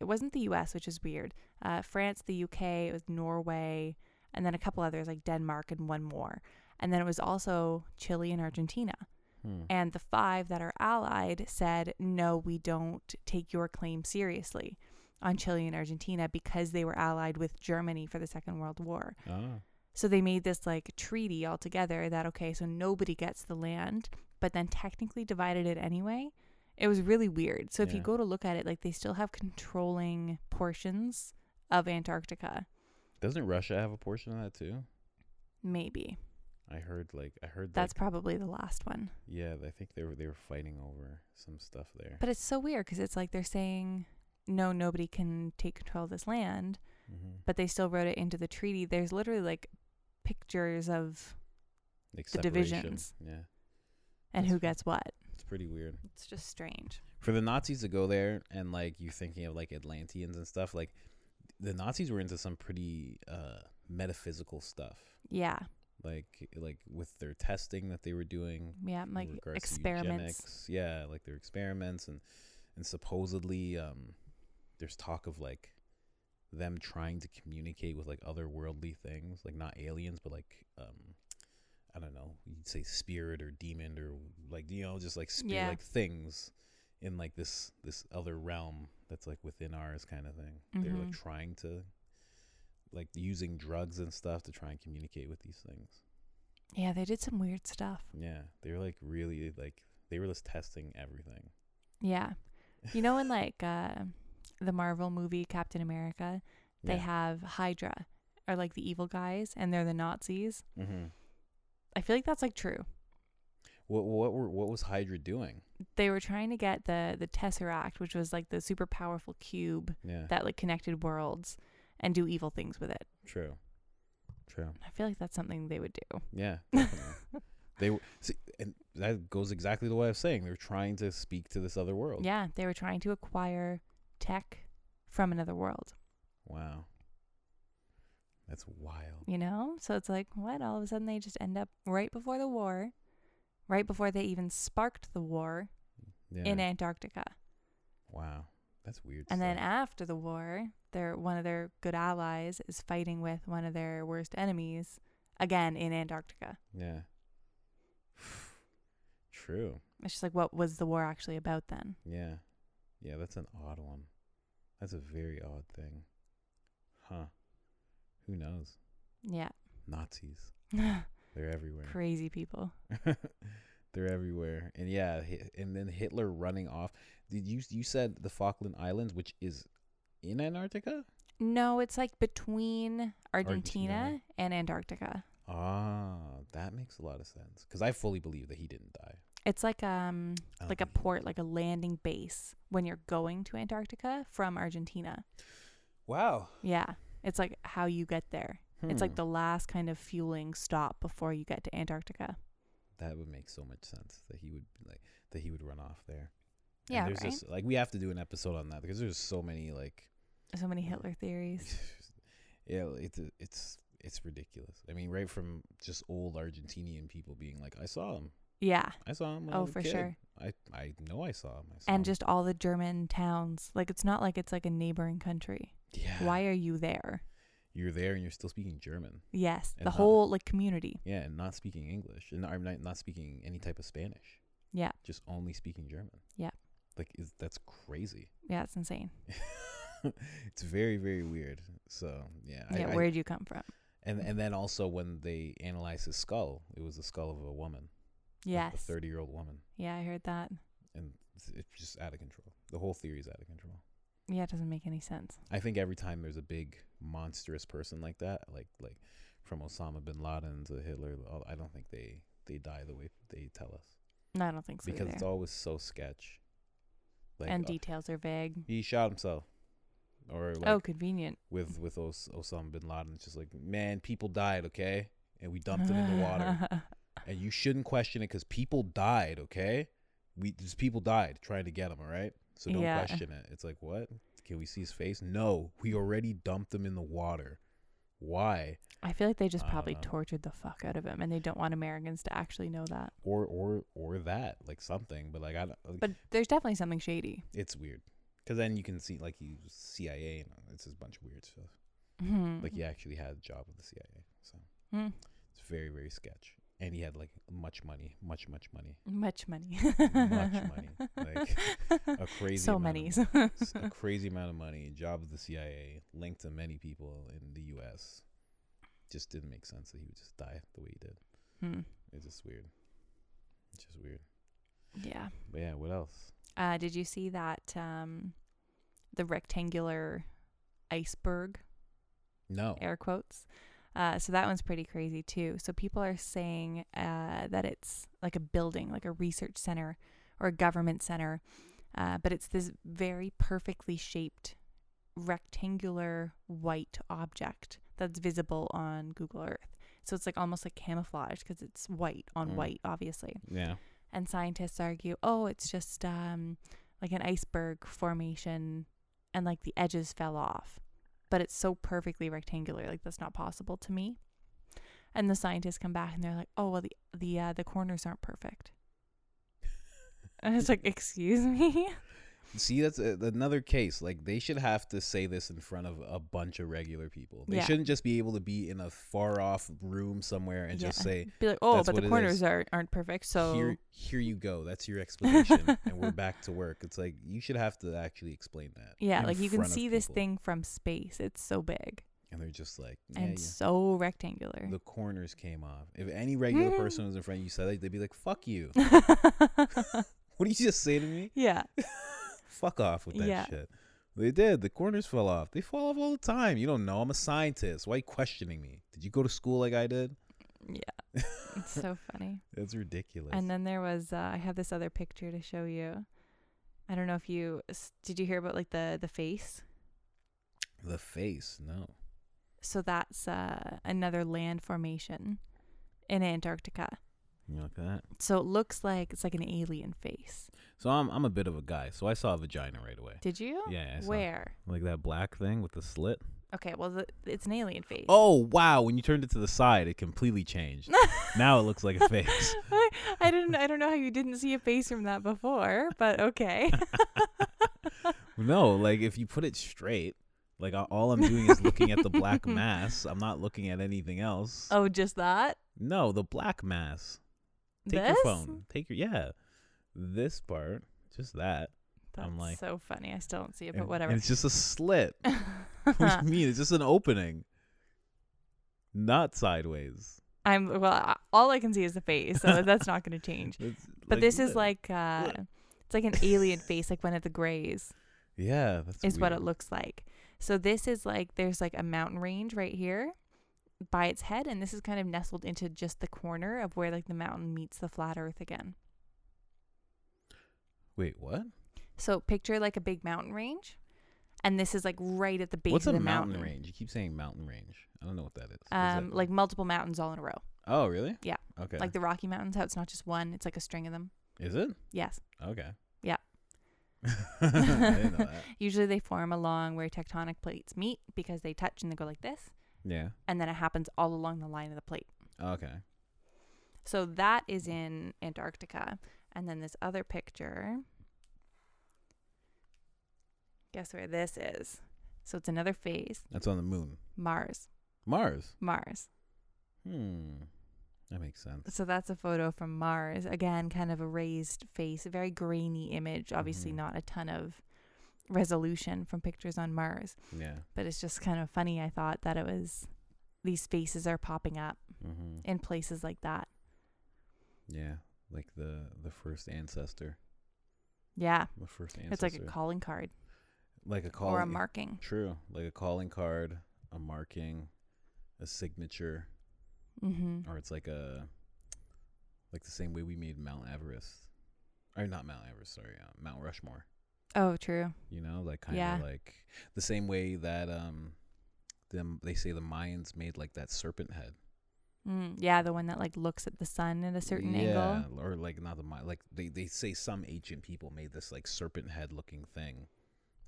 [SPEAKER 2] it wasn't the U.S., which is weird. Uh, France, the U.K., it was Norway, and then a couple others like Denmark and one more. And then it was also Chile and Argentina.
[SPEAKER 1] Hmm.
[SPEAKER 2] And the five that are allied said, no, we don't take your claim seriously on Chile and Argentina because they were allied with Germany for the Second World War.
[SPEAKER 1] Ah.
[SPEAKER 2] So they made this like treaty altogether that, okay, so nobody gets the land, but then technically divided it anyway. It was really weird. So if you
[SPEAKER 1] Yeah.
[SPEAKER 2] go to look at it, like they still have controlling portions of Antarctica,
[SPEAKER 1] Doesn't Russia have a portion of that too?
[SPEAKER 2] maybe.
[SPEAKER 1] I heard like I heard
[SPEAKER 2] That's
[SPEAKER 1] like,
[SPEAKER 2] probably the last one.
[SPEAKER 1] yeah. I think they were they were fighting over some stuff there.
[SPEAKER 2] But it's so weird because it's like they're saying, no, nobody can take control of this land,
[SPEAKER 1] Mm-hmm.
[SPEAKER 2] but they still wrote it into the treaty. There's literally like pictures of
[SPEAKER 1] Like
[SPEAKER 2] the
[SPEAKER 1] separation.
[SPEAKER 2] divisions.
[SPEAKER 1] Yeah,
[SPEAKER 2] and
[SPEAKER 1] That's
[SPEAKER 2] who
[SPEAKER 1] fu-
[SPEAKER 2] gets what.
[SPEAKER 1] it's pretty weird.
[SPEAKER 2] It's just strange.
[SPEAKER 1] for the Nazis to go there and like you're thinking of like Atlanteans and stuff, like the Nazis were into some pretty uh metaphysical stuff.
[SPEAKER 2] Yeah.
[SPEAKER 1] Like like with their testing that they were doing
[SPEAKER 2] Yeah.
[SPEAKER 1] in
[SPEAKER 2] Like
[SPEAKER 1] regards to
[SPEAKER 2] experiments.
[SPEAKER 1] Mm, eugenics. Yeah, like their experiments and and supposedly um there's talk of like them trying to communicate with like otherworldly things, like not aliens but like um I don't know, you'd say spirit or demon or like you know just like spirit
[SPEAKER 2] Yeah.
[SPEAKER 1] like things in like this this other realm that's like within ours kind of thing. They're like
[SPEAKER 2] Mhm.
[SPEAKER 1] trying to like using drugs and stuff to try and communicate with these things.
[SPEAKER 2] Yeah. They did some weird stuff.
[SPEAKER 1] Yeah, they were like really like they were just testing everything.
[SPEAKER 2] Yeah. You know, in like uh, the Marvel movie Captain America, they
[SPEAKER 1] yeah.
[SPEAKER 2] have Hydra are like the evil guys and they're the Nazis.
[SPEAKER 1] mm-hmm.
[SPEAKER 2] I feel like that's like true.
[SPEAKER 1] What what were what was Hydra doing?
[SPEAKER 2] They were trying to get the the Tesseract, which was like the super powerful cube
[SPEAKER 1] Yeah,
[SPEAKER 2] that like connected worlds and do evil things with it.
[SPEAKER 1] true, true.
[SPEAKER 2] I feel like that's something they would do.
[SPEAKER 1] Yeah, definitely. they were see, and that goes exactly the way I was saying. They were trying to speak to this other world.
[SPEAKER 2] Yeah, they were trying to acquire tech from another world,
[SPEAKER 1] Wow, that's wild.
[SPEAKER 2] you know? So it's like, what? All of a sudden they just end up right before the war, right before they even sparked the war
[SPEAKER 1] Yeah.
[SPEAKER 2] in Antarctica.
[SPEAKER 1] Wow, that's weird.
[SPEAKER 2] And then
[SPEAKER 1] stuff.
[SPEAKER 2] after the war, their one of their good allies is fighting with one of their worst enemies again in Antarctica.
[SPEAKER 1] yeah, true.
[SPEAKER 2] It's just like what was the war actually about then?
[SPEAKER 1] Yeah. Yeah, that's an odd one. That's a very odd thing. Huh. Who knows?
[SPEAKER 2] Yeah.
[SPEAKER 1] Nazis. They're everywhere.
[SPEAKER 2] Crazy people.
[SPEAKER 1] They're everywhere. And yeah, Hi- and then Hitler running off. Did you you said the Falkland Islands, which is in Antarctica?
[SPEAKER 2] No, it's like between Argentina,
[SPEAKER 1] Argentina.
[SPEAKER 2] and Antarctica.
[SPEAKER 1] Ah, that makes a lot of sense cuz I fully believe that he didn't die.
[SPEAKER 2] It's like um
[SPEAKER 1] I don't
[SPEAKER 2] like a
[SPEAKER 1] think he-
[SPEAKER 2] port, like a landing base when you're going to Antarctica from Argentina.
[SPEAKER 1] Wow.
[SPEAKER 2] Yeah. It's like how you get there. It's like
[SPEAKER 1] Hmm.
[SPEAKER 2] the last kind of fueling stop before you get to Antarctica.
[SPEAKER 1] that would make so much sense that he would like that he would run off there. And
[SPEAKER 2] Yeah,
[SPEAKER 1] there's
[SPEAKER 2] right?
[SPEAKER 1] this- like we have to do an episode on that because there's so many like
[SPEAKER 2] So many Hitler theories.
[SPEAKER 1] yeah, it's it's it's ridiculous. I mean, right from just old Argentinian people being like, "I saw him,
[SPEAKER 2] Yeah.
[SPEAKER 1] I saw him." When I
[SPEAKER 2] Oh,
[SPEAKER 1] was a
[SPEAKER 2] for
[SPEAKER 1] kid.
[SPEAKER 2] sure.
[SPEAKER 1] I I know I saw him. I saw
[SPEAKER 2] And
[SPEAKER 1] him."
[SPEAKER 2] just all the German towns. Like it's not like it's like a neighboring country.
[SPEAKER 1] yeah,
[SPEAKER 2] Why are you there?
[SPEAKER 1] you're there and you're still speaking German?
[SPEAKER 2] Yes.
[SPEAKER 1] And
[SPEAKER 2] the
[SPEAKER 1] not-
[SPEAKER 2] whole like community.
[SPEAKER 1] Yeah, and not speaking English, and I'm not not speaking any type of Spanish.
[SPEAKER 2] Yeah.
[SPEAKER 1] just only speaking German.
[SPEAKER 2] Yeah.
[SPEAKER 1] like is that's crazy.
[SPEAKER 2] Yeah, it's insane.
[SPEAKER 1] it's very very weird. So yeah, I-
[SPEAKER 2] yeah,
[SPEAKER 1] I-
[SPEAKER 2] where'd you come from?
[SPEAKER 1] and and then also when they analyzed his skull, it was the skull of a woman, a- a
[SPEAKER 2] Yes.
[SPEAKER 1] thirty year old woman.
[SPEAKER 2] Yeah, I heard that.
[SPEAKER 1] and it's- it's just out of control. The whole theory is out of control.
[SPEAKER 2] Yeah, it doesn't make any sense.
[SPEAKER 1] I think every time there's a big monstrous person like that, like like from Osama bin Laden to Hitler, all- I don't think they they die the way they tell us
[SPEAKER 2] No, I don't think so.
[SPEAKER 1] because
[SPEAKER 2] either.
[SPEAKER 1] it's always so sketch. Like
[SPEAKER 2] and
[SPEAKER 1] uh,
[SPEAKER 2] details are vague.
[SPEAKER 1] he shot himself, or like
[SPEAKER 2] oh, convenient.
[SPEAKER 1] with with Os- Osama bin Laden, it's just like man, people died, okay, and we dumped it in the water, and you shouldn't question it because people died, okay. We just people died trying to get him, all right. So don't
[SPEAKER 2] Yeah.
[SPEAKER 1] question it. It's like what? Can we see his face? No, we already dumped him in the water. Why?
[SPEAKER 2] I feel like they just
[SPEAKER 1] I don't
[SPEAKER 2] probably
[SPEAKER 1] know.
[SPEAKER 2] tortured the fuck out of him, and they don't want Americans to actually know that.
[SPEAKER 1] Or or or that like something, but like I don't.
[SPEAKER 2] But there's definitely something shady.
[SPEAKER 1] it's weird because then you can see like he was CIA and all- it's just a bunch of weird stuff.
[SPEAKER 2] Mhm.
[SPEAKER 1] Like he actually had a job with the CIA, so
[SPEAKER 2] Mm.
[SPEAKER 1] it's very very sketch. And he had like much money, much much money,
[SPEAKER 2] Much money.
[SPEAKER 1] much money, like a crazy
[SPEAKER 2] so
[SPEAKER 1] amount of-
[SPEAKER 2] many.
[SPEAKER 1] s- a crazy amount of money. Job with the CIA, linked to many people in the U.S. Just didn't make sense that he would just die the way he did.
[SPEAKER 2] Hmm.
[SPEAKER 1] It's just weird. It's just weird.
[SPEAKER 2] Yeah.
[SPEAKER 1] But yeah, what else?
[SPEAKER 2] Uh, did you see that um, the rectangular iceberg
[SPEAKER 1] No.
[SPEAKER 2] air quotes? Uh, so that one's pretty crazy too. So people are saying uh, that it's like a building, like a research center or a government center, uh, but it's this very perfectly shaped rectangular white object that's visible on Google Earth. So it's like almost like camouflage because it's white on
[SPEAKER 1] Mm.
[SPEAKER 2] white, obviously.
[SPEAKER 1] Yeah.
[SPEAKER 2] and scientists argue, oh, it's just um, like an iceberg formation and like the edges fell off. But it's so perfectly rectangular, like that's not possible to me. And the scientists come back and they're like, oh, well, the the uh, the corners aren't perfect. And it's like, excuse me?
[SPEAKER 1] See, that's a, another case. Like they should have to say this in front of a bunch of regular people. They
[SPEAKER 2] Yeah.
[SPEAKER 1] shouldn't just be able to be in a far off room somewhere and just
[SPEAKER 2] Yeah.
[SPEAKER 1] say,
[SPEAKER 2] Be like, oh,
[SPEAKER 1] That's
[SPEAKER 2] but
[SPEAKER 1] what
[SPEAKER 2] the
[SPEAKER 1] it is.
[SPEAKER 2] corners aren't aren't perfect, so
[SPEAKER 1] "Here, here you go. That's your explanation, and we're back to work." It's like you should have to actually explain that.
[SPEAKER 2] yeah,
[SPEAKER 1] in
[SPEAKER 2] like you can
[SPEAKER 1] front of
[SPEAKER 2] see this
[SPEAKER 1] people.
[SPEAKER 2] thing from space. It's so big
[SPEAKER 1] and they're just like, yeah,
[SPEAKER 2] and
[SPEAKER 1] yeah.
[SPEAKER 2] so rectangular.
[SPEAKER 1] The corners came off. If any regular
[SPEAKER 2] Mhm.
[SPEAKER 1] person was in front of you, said that, they'd be like, "Fuck you! What did you just say to me?
[SPEAKER 2] yeah.
[SPEAKER 1] Fuck off with that
[SPEAKER 2] Yeah.
[SPEAKER 1] shit." They did. The corners fell off. They fall off all the time. You don't know. I'm a scientist. Why you questioning me? Did you go to school like I did?
[SPEAKER 2] Yeah. It's so funny.
[SPEAKER 1] That's ridiculous.
[SPEAKER 2] And then there was uh, I have this other picture to show you. I don't know if you s- did you hear about like the the face.
[SPEAKER 1] the face, no.
[SPEAKER 2] So that's uh, another land formation in Antarctica.
[SPEAKER 1] You like that?
[SPEAKER 2] So it looks like it's like an alien face.
[SPEAKER 1] So I'm I'm a bit of a guy, so I saw a vagina right away.
[SPEAKER 2] Did you?
[SPEAKER 1] Yeah, I saw
[SPEAKER 2] Where?
[SPEAKER 1] like that black thing with the slit.
[SPEAKER 2] Okay, well the, it's an alien face.
[SPEAKER 1] Oh wow, when you turned it to the side it completely changed. now it looks like a face.
[SPEAKER 2] I, I didn't I don't know how you didn't see a face from that before, but okay.
[SPEAKER 1] no, like if you put it straight, like a- all I'm doing is looking at the black mass. I'm not looking at anything else.
[SPEAKER 2] oh, just that?
[SPEAKER 1] No, the black mass. Take
[SPEAKER 2] this?
[SPEAKER 1] your phone. Take your yeah. This part, just that.
[SPEAKER 2] That's
[SPEAKER 1] I'm like-
[SPEAKER 2] so funny. I still don't see it, but
[SPEAKER 1] And-
[SPEAKER 2] whatever.
[SPEAKER 1] And it's just a slit. what do you mean? It's just an opening. Not sideways.
[SPEAKER 2] I'm well. I- All I can see is the face, so that's not going to change.
[SPEAKER 1] It's
[SPEAKER 2] But this is
[SPEAKER 1] lit.
[SPEAKER 2] like uh,
[SPEAKER 1] look.
[SPEAKER 2] it's like an alien face, like one of the grays
[SPEAKER 1] Yeah, that's
[SPEAKER 2] is what it
[SPEAKER 1] weird.
[SPEAKER 2] looks like. So this is like there's like a mountain range right here by its head, and this is kind of nestled into just the corner of where like the mountain meets the flat Earth again.
[SPEAKER 1] Wait, what?
[SPEAKER 2] So picture like a big mountain range, and this is like right at the base
[SPEAKER 1] What's
[SPEAKER 2] of
[SPEAKER 1] a
[SPEAKER 2] the
[SPEAKER 1] mountain,
[SPEAKER 2] mountain,
[SPEAKER 1] range? You keep saying mountain range. I don't know what that is. What is that?
[SPEAKER 2] Um, like multiple mountains all in a row,
[SPEAKER 1] oh, really?
[SPEAKER 2] yeah,
[SPEAKER 1] Okay.
[SPEAKER 2] like the Rocky Mountains. How it's not just one; it's like a string of them.
[SPEAKER 1] is it?
[SPEAKER 2] Yes.
[SPEAKER 1] Okay.
[SPEAKER 2] Yeah.
[SPEAKER 1] I didn't know that.
[SPEAKER 2] Usually they form along where tectonic plates meet because they touch and they go like this,
[SPEAKER 1] Yeah.
[SPEAKER 2] and then it happens all along the line of the plate.
[SPEAKER 1] Okay.
[SPEAKER 2] So that is in Antarctica. And then this other picture. Guess where this is? So it's another phase.
[SPEAKER 1] That's on the moon.
[SPEAKER 2] Mars.
[SPEAKER 1] Mars.
[SPEAKER 2] Mars.
[SPEAKER 1] Hmm. That makes sense.
[SPEAKER 2] So that's a photo from Mars. Again, kind of a raised face, a very grainy image. Obviously,
[SPEAKER 1] Mhm.
[SPEAKER 2] not a ton of resolution from pictures on Mars.
[SPEAKER 1] Yeah.
[SPEAKER 2] but it's just kind of funny i thought that it was these faces are popping up
[SPEAKER 1] hmm
[SPEAKER 2] in places like that
[SPEAKER 1] Yeah. Like the the first ancestor.
[SPEAKER 2] yeah
[SPEAKER 1] The first ancestor.
[SPEAKER 2] it's like a calling card
[SPEAKER 1] like a call
[SPEAKER 2] or a marking
[SPEAKER 1] True, like a calling card, a marking, a signature,
[SPEAKER 2] mm-hmm.
[SPEAKER 1] or it's like a like the same way we made Mount Everest, or not Mount Everest, sorry, uh, Mount Rushmore.
[SPEAKER 2] Oh, true.
[SPEAKER 1] You know, like kind of
[SPEAKER 2] Yeah.
[SPEAKER 1] like the same way that um, them they say the Mayans made like that serpent head.
[SPEAKER 2] Mm, yeah, the one that like looks at the sun at a certain angle.
[SPEAKER 1] Yeah, or like not the May- like they they say some ancient people made this like serpent head looking thing.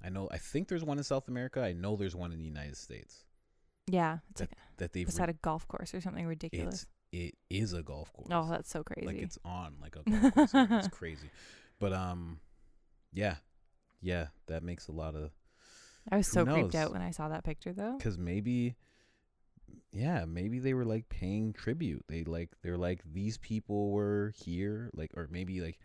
[SPEAKER 1] I know. I think there's one in South America. I know there's one in the United States
[SPEAKER 2] Yeah, it's like
[SPEAKER 1] that they've.
[SPEAKER 2] beside
[SPEAKER 1] re-
[SPEAKER 2] a golf course or something ridiculous.
[SPEAKER 1] it's it is a golf course.
[SPEAKER 2] Oh, that's so crazy.
[SPEAKER 1] like it's on like a golf course area. it's crazy but um yeah yeah that makes a lot of
[SPEAKER 2] I was
[SPEAKER 1] who
[SPEAKER 2] so
[SPEAKER 1] knows?
[SPEAKER 2] creeped out when I saw that picture though.
[SPEAKER 1] because maybe yeah maybe they were like paying tribute they like they're like these people were here like or maybe like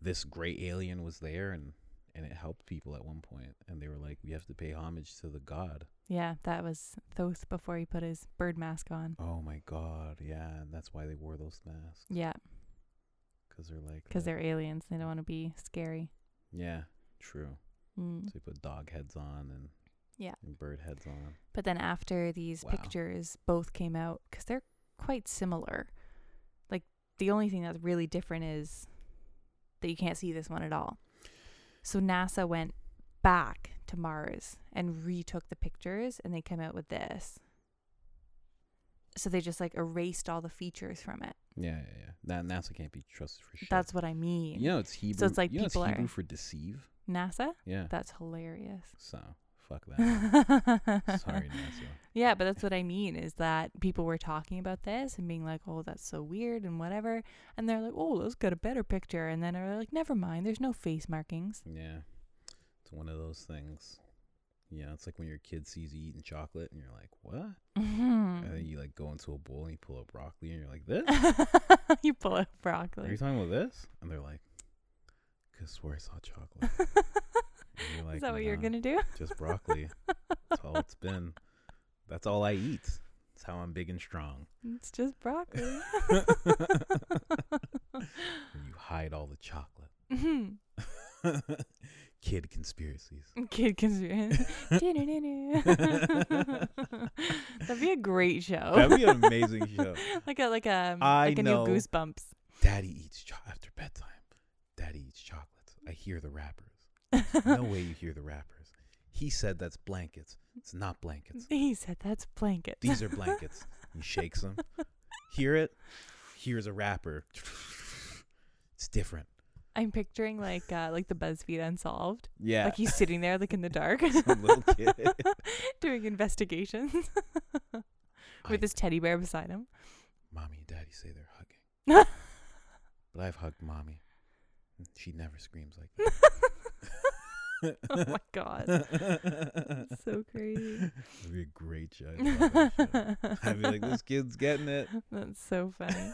[SPEAKER 1] this great alien was there and and it helped people at one point and they were like we have to pay homage to the god
[SPEAKER 2] Yeah, that was Thoth before he put his bird mask on.
[SPEAKER 1] oh my god yeah and that's why they wore those masks
[SPEAKER 2] Yeah,
[SPEAKER 1] because they're like
[SPEAKER 2] because
[SPEAKER 1] that-
[SPEAKER 2] they're aliens. They don't want to be scary.
[SPEAKER 1] yeah true
[SPEAKER 2] Mm.
[SPEAKER 1] so they put dog heads on and
[SPEAKER 2] Yeah.
[SPEAKER 1] and bird heads on
[SPEAKER 2] But then after these
[SPEAKER 1] Wow.
[SPEAKER 2] pictures both came out, because they're quite similar. Like the only thing that's really different is that you can't see this one at all. So NASA went back to Mars and retook the pictures, and they came out with this. So they just like erased all the features from it.
[SPEAKER 1] Yeah, yeah, yeah. That NASA can't be trusted for shit.
[SPEAKER 2] That's what I mean.
[SPEAKER 1] you know it's Hebrew.
[SPEAKER 2] it's like
[SPEAKER 1] you know it's
[SPEAKER 2] people
[SPEAKER 1] Hebrew
[SPEAKER 2] are-
[SPEAKER 1] for deceive.
[SPEAKER 2] NASA?
[SPEAKER 1] Yeah.
[SPEAKER 2] That's hilarious.
[SPEAKER 1] so fuck that. Sorry,
[SPEAKER 2] Sorry,
[SPEAKER 1] NASA.
[SPEAKER 2] Yeah, but that's what I mean is that people were talking about this and being like, "Oh, that's so weird" and whatever, and they're like, "Oh, let's get a better picture," and then they're like, "Never mind, there's no face markings."
[SPEAKER 1] Yeah, it's one of those things. You know, it's like when your kid sees you eating chocolate and you're like, what? And then
[SPEAKER 2] Mhm.
[SPEAKER 1] you like go into a bowl and you pull out broccoli and you're like, this?
[SPEAKER 2] you pull out
[SPEAKER 1] Are you
[SPEAKER 2] broccoli.
[SPEAKER 1] talking about this? And they're like, could swear I saw chocolate. And you're like,
[SPEAKER 2] is that what you're
[SPEAKER 1] "Nah,
[SPEAKER 2] gonna do?
[SPEAKER 1] Just broccoli. That's all it's been. That's all I eat. That's how I'm big and strong.
[SPEAKER 2] It's just broccoli.
[SPEAKER 1] And you hide all the chocolate.
[SPEAKER 2] Mhm.
[SPEAKER 1] Kid conspiracies.
[SPEAKER 2] Kid conspiracy. That'd be a great show.
[SPEAKER 1] That'd be an amazing show.
[SPEAKER 2] like a like a
[SPEAKER 1] I
[SPEAKER 2] like a
[SPEAKER 1] know.
[SPEAKER 2] new Goosebumps.
[SPEAKER 1] Daddy eats cho- after bedtime. Daddy eats chocolates. I hear the rappers. No way you hear the rappers. He said that's blankets. It's not blankets.
[SPEAKER 2] He said that's blanket.
[SPEAKER 1] These are blankets. He shakes them. Hear it? Here's a rapper. It's different.
[SPEAKER 2] I'm picturing like uh, like the BuzzFeed Unsolved.
[SPEAKER 1] Yeah.
[SPEAKER 2] Like he's sitting there like in the dark
[SPEAKER 1] Some little kid.
[SPEAKER 2] doing investigations
[SPEAKER 1] I-
[SPEAKER 2] with his teddy bear beside him. Oh
[SPEAKER 1] mommy and daddy say they're hugging. But I've hugged mommy. She never screams like that.
[SPEAKER 2] oh my god. So crazy.
[SPEAKER 1] It'd be a great show. I'd love that show. I'd be like, this kid's getting it.
[SPEAKER 2] That's so funny.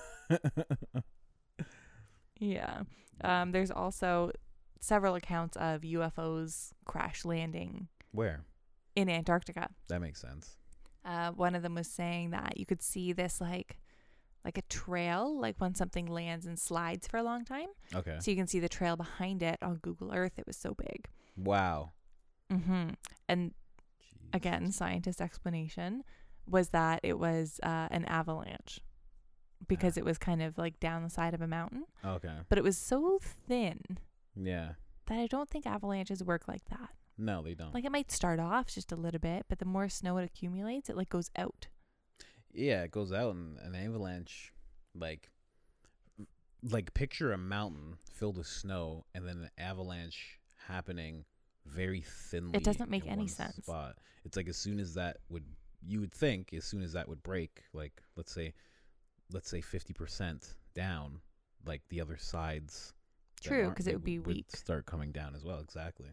[SPEAKER 2] Yeah. Um there's also several accounts of UFOs crash landing
[SPEAKER 1] Where?
[SPEAKER 2] in Antarctica.
[SPEAKER 1] That makes sense.
[SPEAKER 2] uh, one of them was saying that you could see this like like a trail like when something lands and slides for a long time
[SPEAKER 1] Okay.
[SPEAKER 2] so you can see the trail behind it on google earth it was so big
[SPEAKER 1] Wow.
[SPEAKER 2] hmm and
[SPEAKER 1] Jeez.
[SPEAKER 2] again scientist explanation was that it was uh, an avalanche because
[SPEAKER 1] Ah.
[SPEAKER 2] it was kind of like down the side of a mountain
[SPEAKER 1] Okay.
[SPEAKER 2] but it was so thin
[SPEAKER 1] Yeah.
[SPEAKER 2] that i don't think avalanches work like that
[SPEAKER 1] No, they don't.
[SPEAKER 2] like it might start off just a little bit but the more snow it accumulates it like goes out
[SPEAKER 1] yeah, it goes out and an avalanche, like, like picture a mountain filled with snow and then an avalanche happening very thinly.
[SPEAKER 2] doesn't make
[SPEAKER 1] in
[SPEAKER 2] any
[SPEAKER 1] one
[SPEAKER 2] sense.
[SPEAKER 1] Spot. It's like as soon as that would, you would think as soon as that would break, like let's say, let's say fifty percent down, like the other sides. that
[SPEAKER 2] True,
[SPEAKER 1] aren't-
[SPEAKER 2] 'cause it
[SPEAKER 1] they
[SPEAKER 2] would be weak.
[SPEAKER 1] Start coming down as well. Exactly.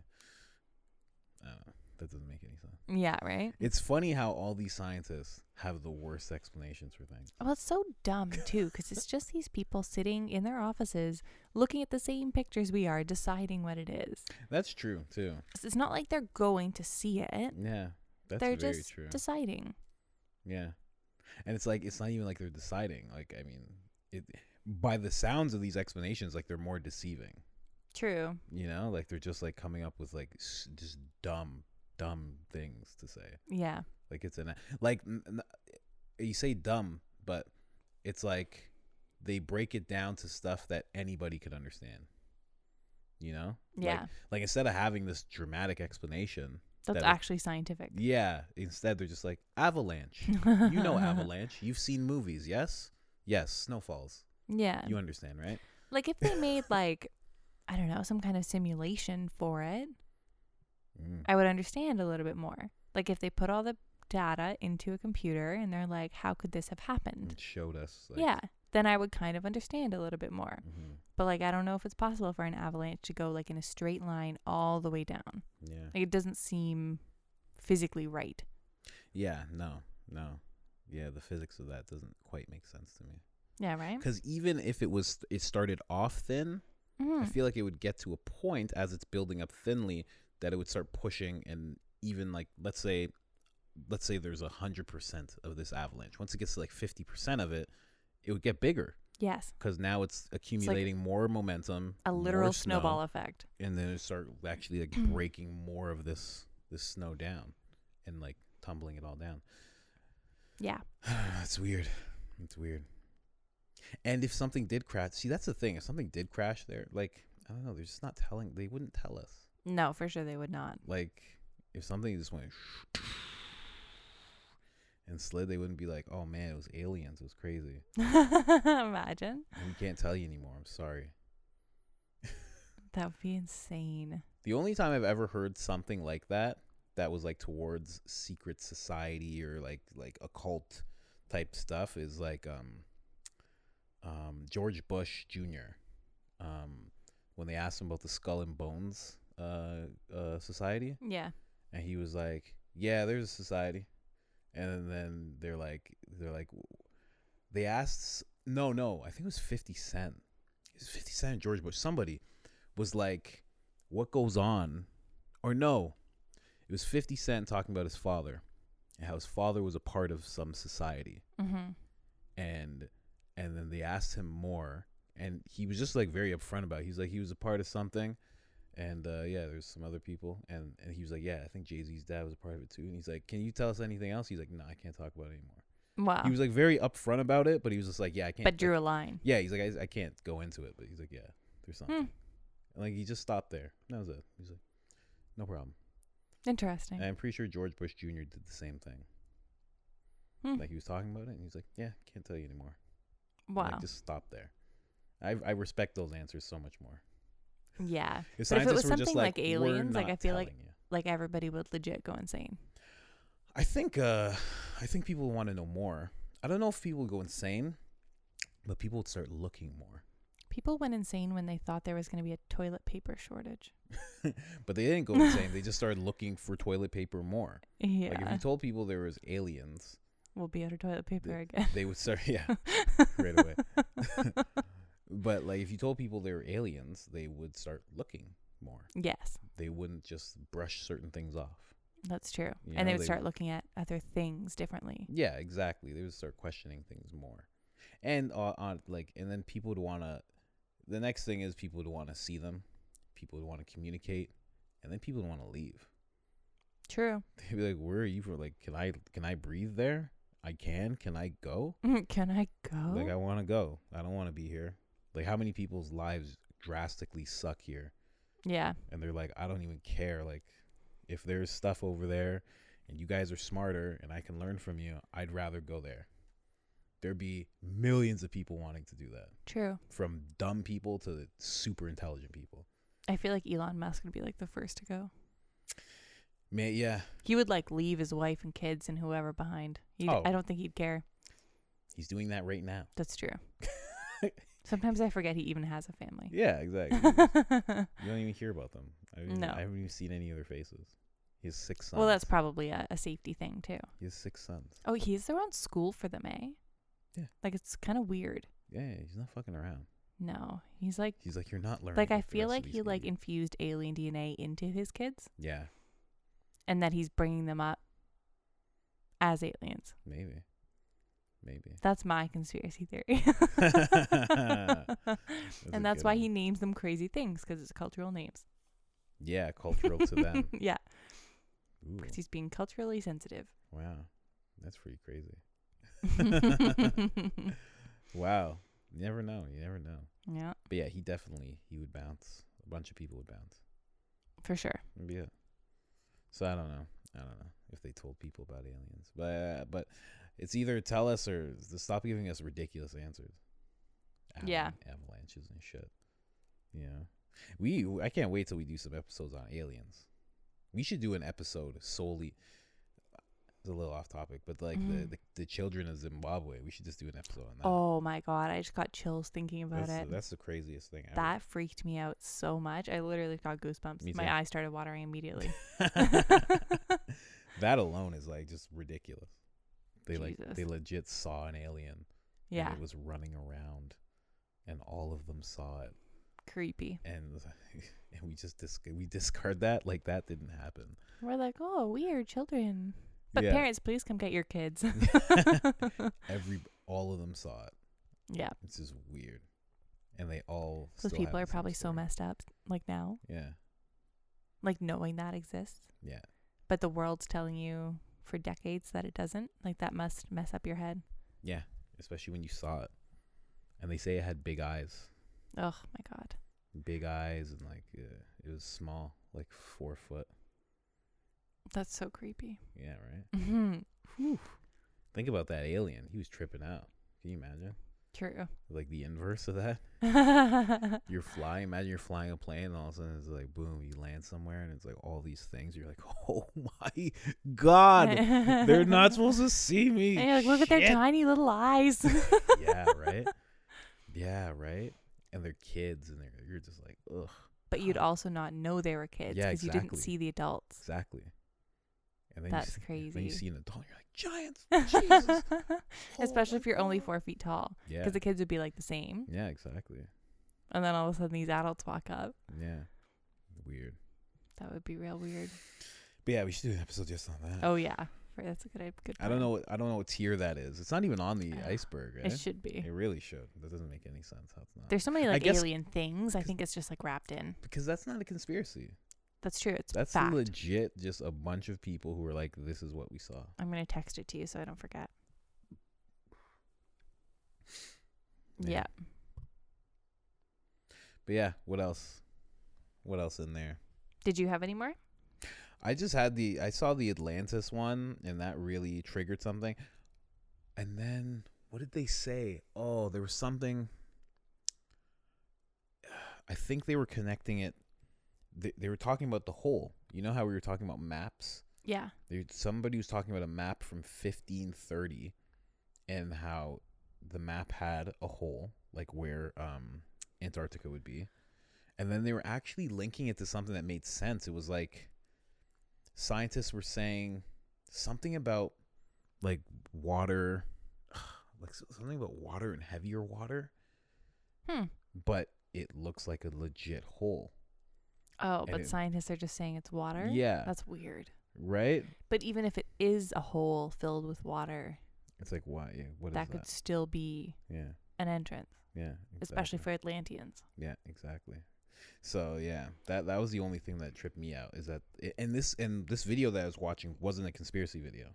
[SPEAKER 1] Uh, that doesn't make any sense.
[SPEAKER 2] yeah right
[SPEAKER 1] It's funny how all these scientists have the worst explanations for things.
[SPEAKER 2] Well, it's so dumb too, because it's just these people sitting in their offices looking at the same pictures we are, deciding what it is.
[SPEAKER 1] That's true too.
[SPEAKER 2] So it's not like they're going to see it;
[SPEAKER 1] Yeah, that's
[SPEAKER 2] they're
[SPEAKER 1] very
[SPEAKER 2] just
[SPEAKER 1] true.
[SPEAKER 2] deciding.
[SPEAKER 1] yeah, and it's like it's not even like they're deciding. Like I mean, it by the sounds of these explanations, like they're more deceiving.
[SPEAKER 2] True.
[SPEAKER 1] You know, like they're just like coming up with like s- just dumb, dumb things to say.
[SPEAKER 2] Yeah.
[SPEAKER 1] Like it's an like n- n- you say dumb, but it's like they break it down to stuff that anybody could understand. You know?
[SPEAKER 2] Yeah.
[SPEAKER 1] Like, like instead of having this dramatic explanation,
[SPEAKER 2] That's
[SPEAKER 1] that-
[SPEAKER 2] actually scientific.
[SPEAKER 1] yeah, instead they're just like avalanche. you know avalanche. You've seen movies, yes? Yes, snowfalls.
[SPEAKER 2] Yeah.
[SPEAKER 1] You understand, right?
[SPEAKER 2] like if they made like I don't know, some kind of simulation for it,
[SPEAKER 1] Mm.
[SPEAKER 2] I would understand a little bit more. Like if they put all the data into a computer and they're like, how could this have happened?
[SPEAKER 1] It showed us. Mm, Like,
[SPEAKER 2] yeah. Then I would kind of understand a little bit more.
[SPEAKER 1] mhm,
[SPEAKER 2] But like I don't know if it's possible for an avalanche to go like in a straight line all the way down.
[SPEAKER 1] Yeah.
[SPEAKER 2] Like it doesn't seem physically right.
[SPEAKER 1] Yeah, no, no. Yeah, the physics of that doesn't quite make sense to me.
[SPEAKER 2] Yeah, right?
[SPEAKER 1] Because even if it was, it started off thin, I
[SPEAKER 2] Mhm.
[SPEAKER 1] feel like it would get to a point as it's building up thinly that it would start pushing and even like let's say let's say there's a hundred percent of this avalanche. Once it gets to like fifty percent of it, it would get bigger
[SPEAKER 2] Yes.
[SPEAKER 1] because now it's accumulating more momentum,
[SPEAKER 2] A
[SPEAKER 1] more
[SPEAKER 2] literal
[SPEAKER 1] snow,
[SPEAKER 2] snowball Hmm. effect.
[SPEAKER 1] and then it start actually like breaking more of this this snow down and like tumbling it all down.
[SPEAKER 2] Yeah.
[SPEAKER 1] That's weird. It's weird. And if something did crash, see that's the thing. If something did crash, there, like I don't know, they're just not telling. They wouldn't tell us.
[SPEAKER 2] No, for sure they would not.
[SPEAKER 1] Like if something just went and slid, they wouldn't be like, "Oh man, it was aliens. It was crazy.
[SPEAKER 2] Imagine.
[SPEAKER 1] We can't tell you anymore. I'm sorry."
[SPEAKER 2] That would be insane.
[SPEAKER 1] The only time I've ever heard something like that that was like towards secret society or like like occult type stuff is like um um George Bush Jr. um when they asked him about the skull and bones uh uh society
[SPEAKER 2] Yeah.
[SPEAKER 1] and he was like, "Yeah, there's a society." And then they're like they're like they asked no, no, I think it was 50 Cent. It was 50 Cent and George Bush. Somebody was like, "What goes on?" Or no. It was 50 Cent talking about his father and how his father was a part of some society
[SPEAKER 2] Mm-hmm.
[SPEAKER 1] and and then they asked him more and he was just like very upfront about it. he was like he was a part of something and uh, yeah there's some other people and and he was like yeah i think jay-z's dad was a part of it too and he's like can you tell us anything else he's like no i can't talk about it anymore
[SPEAKER 2] Wow.
[SPEAKER 1] he was like very upfront about it but he was just like yeah i can't
[SPEAKER 2] Ah. but drew a line.
[SPEAKER 1] yeah he's like I, I can't go into it but he's like yeah there's something
[SPEAKER 2] Hmm.
[SPEAKER 1] and like he just stopped there that was it he's like no problem
[SPEAKER 2] Interesting.
[SPEAKER 1] and i'm pretty sure george bush jr did the same thing
[SPEAKER 2] Hmm.
[SPEAKER 1] like he was talking about it and he's like yeah can't tell you anymore
[SPEAKER 2] wow.
[SPEAKER 1] Like, just stop there. I I respect those answers so much more.
[SPEAKER 2] yeah.
[SPEAKER 1] If
[SPEAKER 2] But if it
[SPEAKER 1] scientists
[SPEAKER 2] was
[SPEAKER 1] were just
[SPEAKER 2] something like
[SPEAKER 1] "We're
[SPEAKER 2] aliens, like, I
[SPEAKER 1] not
[SPEAKER 2] feel like-
[SPEAKER 1] telling you."
[SPEAKER 2] Like everybody would legit go insane.
[SPEAKER 1] I think uh I think people want to know more. I don't know if people would go insane, but people would start looking more.
[SPEAKER 2] People went insane when they thought there was going to be a toilet paper shortage.
[SPEAKER 1] But they didn't go insane. they just started looking for toilet paper more.
[SPEAKER 2] Yeah.
[SPEAKER 1] Like if you told people there was aliens,
[SPEAKER 2] we'll be out of toilet paper
[SPEAKER 1] they would start yeah,
[SPEAKER 2] again.
[SPEAKER 1] right away. but like if you told people they were aliens, they would start looking more.
[SPEAKER 2] yes,
[SPEAKER 1] They wouldn't just brush certain things off.
[SPEAKER 2] that's true.
[SPEAKER 1] You
[SPEAKER 2] and
[SPEAKER 1] know,
[SPEAKER 2] they would
[SPEAKER 1] they-
[SPEAKER 2] start looking at other things differently.
[SPEAKER 1] Yeah, exactly. They would start questioning things more, and uh, on like, and then people would want to. The next thing is people would want to see them, people would want to communicate, and then people would want to leave.
[SPEAKER 2] True.
[SPEAKER 1] They'd be like, "Where are you from? Like, can I can I breathe there? I can. Can I go?
[SPEAKER 2] Can I go?
[SPEAKER 1] Like, I want to go. I don't want to be here. Like, how many people's lives drastically suck here?
[SPEAKER 2] yeah.
[SPEAKER 1] and they're like, I don't even care. Like, if there's stuff over there and you guys are smarter and I can learn from you, I'd rather go there. There'd be millions of people wanting to do that
[SPEAKER 2] True.
[SPEAKER 1] from dumb people to super intelligent people.
[SPEAKER 2] I feel like Elon Musk would be like the first to go.
[SPEAKER 1] Man, yeah,
[SPEAKER 2] He would like leave his wife and kids and whoever behind. He'd,
[SPEAKER 1] Oh.
[SPEAKER 2] I don't think he'd care.
[SPEAKER 1] he's doing that right now.
[SPEAKER 2] That's true. Sometimes I forget he even has a family.
[SPEAKER 1] Yeah, exactly. you don't even hear about them. I, haven't even-
[SPEAKER 2] No.
[SPEAKER 1] I haven't even seen any of their faces. He has six sons.
[SPEAKER 2] well, that's probably a, a safety thing too.
[SPEAKER 1] he has six sons.
[SPEAKER 2] Oh, he's the one school for them, eh?
[SPEAKER 1] Yeah.
[SPEAKER 2] Like it's kind of weird.
[SPEAKER 1] Yeah, he's not fucking around.
[SPEAKER 2] No, he's like
[SPEAKER 1] He's like, you're not learning.
[SPEAKER 2] like I
[SPEAKER 1] the
[SPEAKER 2] feel
[SPEAKER 1] rest of
[SPEAKER 2] like
[SPEAKER 1] these
[SPEAKER 2] he like
[SPEAKER 1] idiots."
[SPEAKER 2] infused alien DNA into his kids,
[SPEAKER 1] yeah,
[SPEAKER 2] and that he's bringing them up as aliens.
[SPEAKER 1] maybe, maybe.
[SPEAKER 2] That's my conspiracy theory,
[SPEAKER 1] a
[SPEAKER 2] and that's
[SPEAKER 1] good
[SPEAKER 2] why
[SPEAKER 1] one.
[SPEAKER 2] he names them crazy things because it's cultural names.
[SPEAKER 1] Yeah, cultural to them.
[SPEAKER 2] yeah,
[SPEAKER 1] Ooh,
[SPEAKER 2] because he's being culturally sensitive.
[SPEAKER 1] wow, that's pretty crazy. Wow, You never know. You never know.
[SPEAKER 2] Yeah,
[SPEAKER 1] But yeah, he definitely he would bounce. A bunch of people would bounce.
[SPEAKER 2] for sure.
[SPEAKER 1] That'd be it. So I don't know. I don't know if they told people about aliens, but uh, but it's either tell us or s- stop giving us ridiculous answers.
[SPEAKER 2] Yeah.
[SPEAKER 1] Avalon- avalanches and shit. Yeah, we. I can't wait till we do some episodes on aliens. We should do an episode solely. uh, It's a little off topic, but like the,
[SPEAKER 2] Mhm.
[SPEAKER 1] the the children of Zimbabwe, we should just do an episode on that.
[SPEAKER 2] Oh my god, I just got chills thinking about
[SPEAKER 1] that's,
[SPEAKER 2] it.
[SPEAKER 1] The, that's the craziest thing ever.
[SPEAKER 2] That freaked me out so much. I literally got goosebumps.
[SPEAKER 1] Me too.
[SPEAKER 2] My eyes started watering immediately.
[SPEAKER 1] that alone is like just ridiculous. They like
[SPEAKER 2] Jesus.
[SPEAKER 1] they legit saw an alien.
[SPEAKER 2] Yeah,
[SPEAKER 1] and it was running around, and all of them saw it,
[SPEAKER 2] creepy.
[SPEAKER 1] and and we just dis- we discard that like that didn't happen.
[SPEAKER 2] We're like, oh, we are children. But
[SPEAKER 1] Yeah.
[SPEAKER 2] parents, please come get your kids.
[SPEAKER 1] Every all of them saw it.
[SPEAKER 2] yeah,
[SPEAKER 1] It's just weird, and they all.
[SPEAKER 2] those
[SPEAKER 1] still have
[SPEAKER 2] people are
[SPEAKER 1] the same
[SPEAKER 2] probably so
[SPEAKER 1] story.
[SPEAKER 2] messed up, like now,
[SPEAKER 1] Yeah,
[SPEAKER 2] like knowing that exists.
[SPEAKER 1] yeah,
[SPEAKER 2] But the world's telling you for decades that it doesn't. Like that must mess up your head.
[SPEAKER 1] yeah. Especially when you saw it, and they say it had big eyes.
[SPEAKER 2] Oh my god.
[SPEAKER 1] big eyes and like uh, it was small, like four foot.
[SPEAKER 2] That's so creepy.
[SPEAKER 1] Yeah, right.
[SPEAKER 2] hmm
[SPEAKER 1] Think about that alien. He was tripping out. Can you imagine?
[SPEAKER 2] True.
[SPEAKER 1] Like the inverse of that. You're flying. Imagine you're flying a plane, and all of a sudden it's like boom, you land somewhere, and it's like all these things. You're like, oh my god, they're not supposed to see me.
[SPEAKER 2] And you're like, look at their
[SPEAKER 1] Shit."
[SPEAKER 2] tiny little eyes.
[SPEAKER 1] Yeah, right. Yeah, right. And they're kids, and they're you're just like, ugh,
[SPEAKER 2] But you'd also not know they were kids because
[SPEAKER 1] Yeah,
[SPEAKER 2] you didn't
[SPEAKER 1] exactly.
[SPEAKER 2] see the adults.
[SPEAKER 1] exactly. And then you
[SPEAKER 2] That's
[SPEAKER 1] see- Then you
[SPEAKER 2] crazy.
[SPEAKER 1] see an adult, you're like, giants, Jesus.
[SPEAKER 2] Especially
[SPEAKER 1] my
[SPEAKER 2] if you're only
[SPEAKER 1] God.
[SPEAKER 2] four feet tall
[SPEAKER 1] Yeah.
[SPEAKER 2] because the kids would be like the same.
[SPEAKER 1] Yeah, exactly.
[SPEAKER 2] And then all of a sudden these adults walk up.
[SPEAKER 1] Yeah. Weird.
[SPEAKER 2] That would be real weird.
[SPEAKER 1] But yeah, we should do an episode just on that.
[SPEAKER 2] Oh, yeah. For- That's a good, i- good
[SPEAKER 1] I don't
[SPEAKER 2] plan.
[SPEAKER 1] know what I don't know what tier that is. It's not even on the
[SPEAKER 2] Uh,
[SPEAKER 1] iceberg, right?
[SPEAKER 2] It should be.
[SPEAKER 1] It really should. That doesn't make any sense. That's not
[SPEAKER 2] There's so many
[SPEAKER 1] I
[SPEAKER 2] like
[SPEAKER 1] guess-
[SPEAKER 2] alien things. I
[SPEAKER 1] because-
[SPEAKER 2] think it's just like wrapped in.
[SPEAKER 1] because that's not a conspiracy.
[SPEAKER 2] That's true. It's
[SPEAKER 1] That's
[SPEAKER 2] fact.
[SPEAKER 1] legit just a bunch of people who are like, This is what we saw.
[SPEAKER 2] I'm going to text it to you so I don't forget. Yeah.
[SPEAKER 1] But yeah, what else? What else in there?
[SPEAKER 2] Did you have any more?
[SPEAKER 1] I just had the I saw the Atlantis one and that really triggered something. And then what did they say? Oh, there was something I think they were connecting it they, they were talking about the whole. You know how we were talking about maps?
[SPEAKER 2] Yeah.
[SPEAKER 1] There somebody was talking about a map from 1530 and how the map had a hole like where um Antarctica would be. And then they were actually linking it to something that made sense. It was like scientists were saying something about like water like s- something about water and heavier water,
[SPEAKER 2] Hmm.
[SPEAKER 1] but it looks like a legit hole.
[SPEAKER 2] Oh,
[SPEAKER 1] And
[SPEAKER 2] but
[SPEAKER 1] it-
[SPEAKER 2] scientists are just saying it's water?
[SPEAKER 1] Yeah.
[SPEAKER 2] That's weird.
[SPEAKER 1] Right?
[SPEAKER 2] But even if it is a hole filled with water,
[SPEAKER 1] It's like why yeah, what is
[SPEAKER 2] that could still be
[SPEAKER 1] Yeah.
[SPEAKER 2] an entrance,
[SPEAKER 1] Yeah.
[SPEAKER 2] especially
[SPEAKER 1] exactly.
[SPEAKER 2] for Atlanteans.
[SPEAKER 1] Yeah, exactly. So yeah, that that was the only thing that tripped me out is that i- and this and this video that I was watching wasn't a conspiracy video.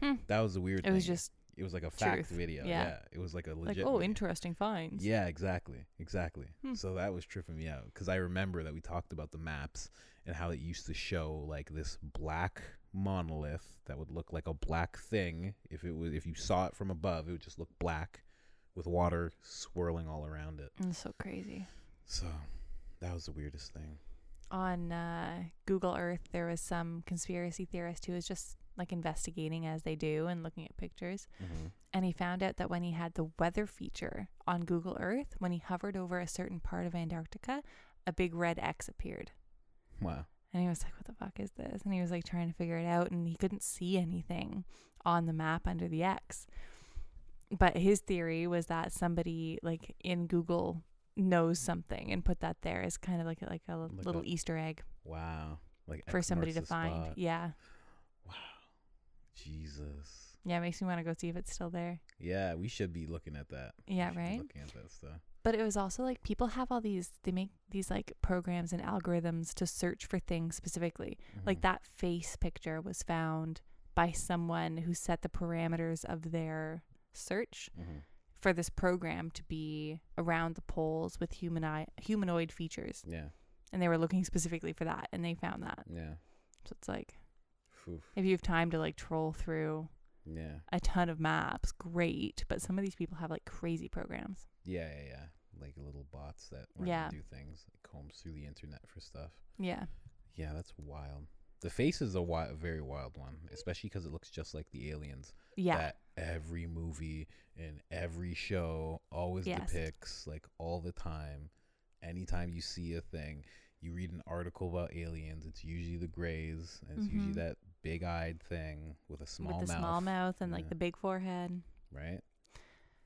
[SPEAKER 2] Hmm.
[SPEAKER 1] That was the weird.
[SPEAKER 2] It was
[SPEAKER 1] thing.
[SPEAKER 2] just
[SPEAKER 1] it was like a fact
[SPEAKER 2] truth.
[SPEAKER 1] video. Yeah.
[SPEAKER 2] Yeah.
[SPEAKER 1] it was like a
[SPEAKER 2] like,
[SPEAKER 1] legit.
[SPEAKER 2] oh,
[SPEAKER 1] video.
[SPEAKER 2] interesting finds.
[SPEAKER 1] Yeah, exactly, exactly.
[SPEAKER 2] Hmm.
[SPEAKER 1] So that was tripping me out because I remember that we talked about the maps and how it used to show like this black monolith that would look like a black thing if it was if you saw it from above, it would just look black with water swirling all around it.
[SPEAKER 2] That's so crazy.
[SPEAKER 1] So that was the weirdest thing.
[SPEAKER 2] On uh, Google Earth, there was some conspiracy theorist who was just like investigating as they do and looking at pictures. And he found out that when he had the weather feature on Google Earth, when he hovered over a certain part of Antarctica, a big red X appeared.
[SPEAKER 1] Wow.
[SPEAKER 2] And he was like, What the fuck is this? And he was like trying to figure it out, and he couldn't see anything on the map under the X. But his theory was that somebody like in Google knows something and put that there as kind of like a, like a
[SPEAKER 1] Like
[SPEAKER 2] little
[SPEAKER 1] a-
[SPEAKER 2] Easter egg
[SPEAKER 1] Wow. Like
[SPEAKER 2] for
[SPEAKER 1] X
[SPEAKER 2] somebody to
[SPEAKER 1] marks the
[SPEAKER 2] find.
[SPEAKER 1] spot.
[SPEAKER 2] Yeah.
[SPEAKER 1] Wow. Jesus.
[SPEAKER 2] Yeah. Makes me want to go see if it's still there.
[SPEAKER 1] Yeah, we should be looking at that. We
[SPEAKER 2] Yeah,
[SPEAKER 1] should be
[SPEAKER 2] right?
[SPEAKER 1] Looking at that stuff.
[SPEAKER 2] But it was also like people have all these, they make these like programs and algorithms to search for things specifically.
[SPEAKER 1] Mm.
[SPEAKER 2] Like that face picture was found by someone who set the parameters of their search
[SPEAKER 1] Mhm. Mhm.
[SPEAKER 2] for this program to be around the poles with human eye, humanoid features,
[SPEAKER 1] Yeah.
[SPEAKER 2] and they were looking specifically for that, and they found that.
[SPEAKER 1] Yeah.
[SPEAKER 2] So it's like
[SPEAKER 1] Oof.
[SPEAKER 2] if you have time to like troll through
[SPEAKER 1] Yeah.
[SPEAKER 2] a ton of maps, great. But some of these people have like crazy programs.
[SPEAKER 1] Yeah. Yeah. Yeah. Like little bots that run
[SPEAKER 2] Yeah.
[SPEAKER 1] and do things, like combs through the internet for stuff.
[SPEAKER 2] Yeah,
[SPEAKER 1] Yeah, that's wild. The face is a wi- very wild one, especially because it looks just like the aliens.
[SPEAKER 2] yeah,
[SPEAKER 1] That every movie and every show always
[SPEAKER 2] Yes.
[SPEAKER 1] depicts, like all the time. Anytime you see a thing, you read an article about aliens, it's usually the grays, and it's usually
[SPEAKER 2] Mhm.
[SPEAKER 1] that big eyed thing with a small
[SPEAKER 2] with the
[SPEAKER 1] mouth.
[SPEAKER 2] small mouth and like
[SPEAKER 1] Yeah.
[SPEAKER 2] the big forehead.
[SPEAKER 1] Right?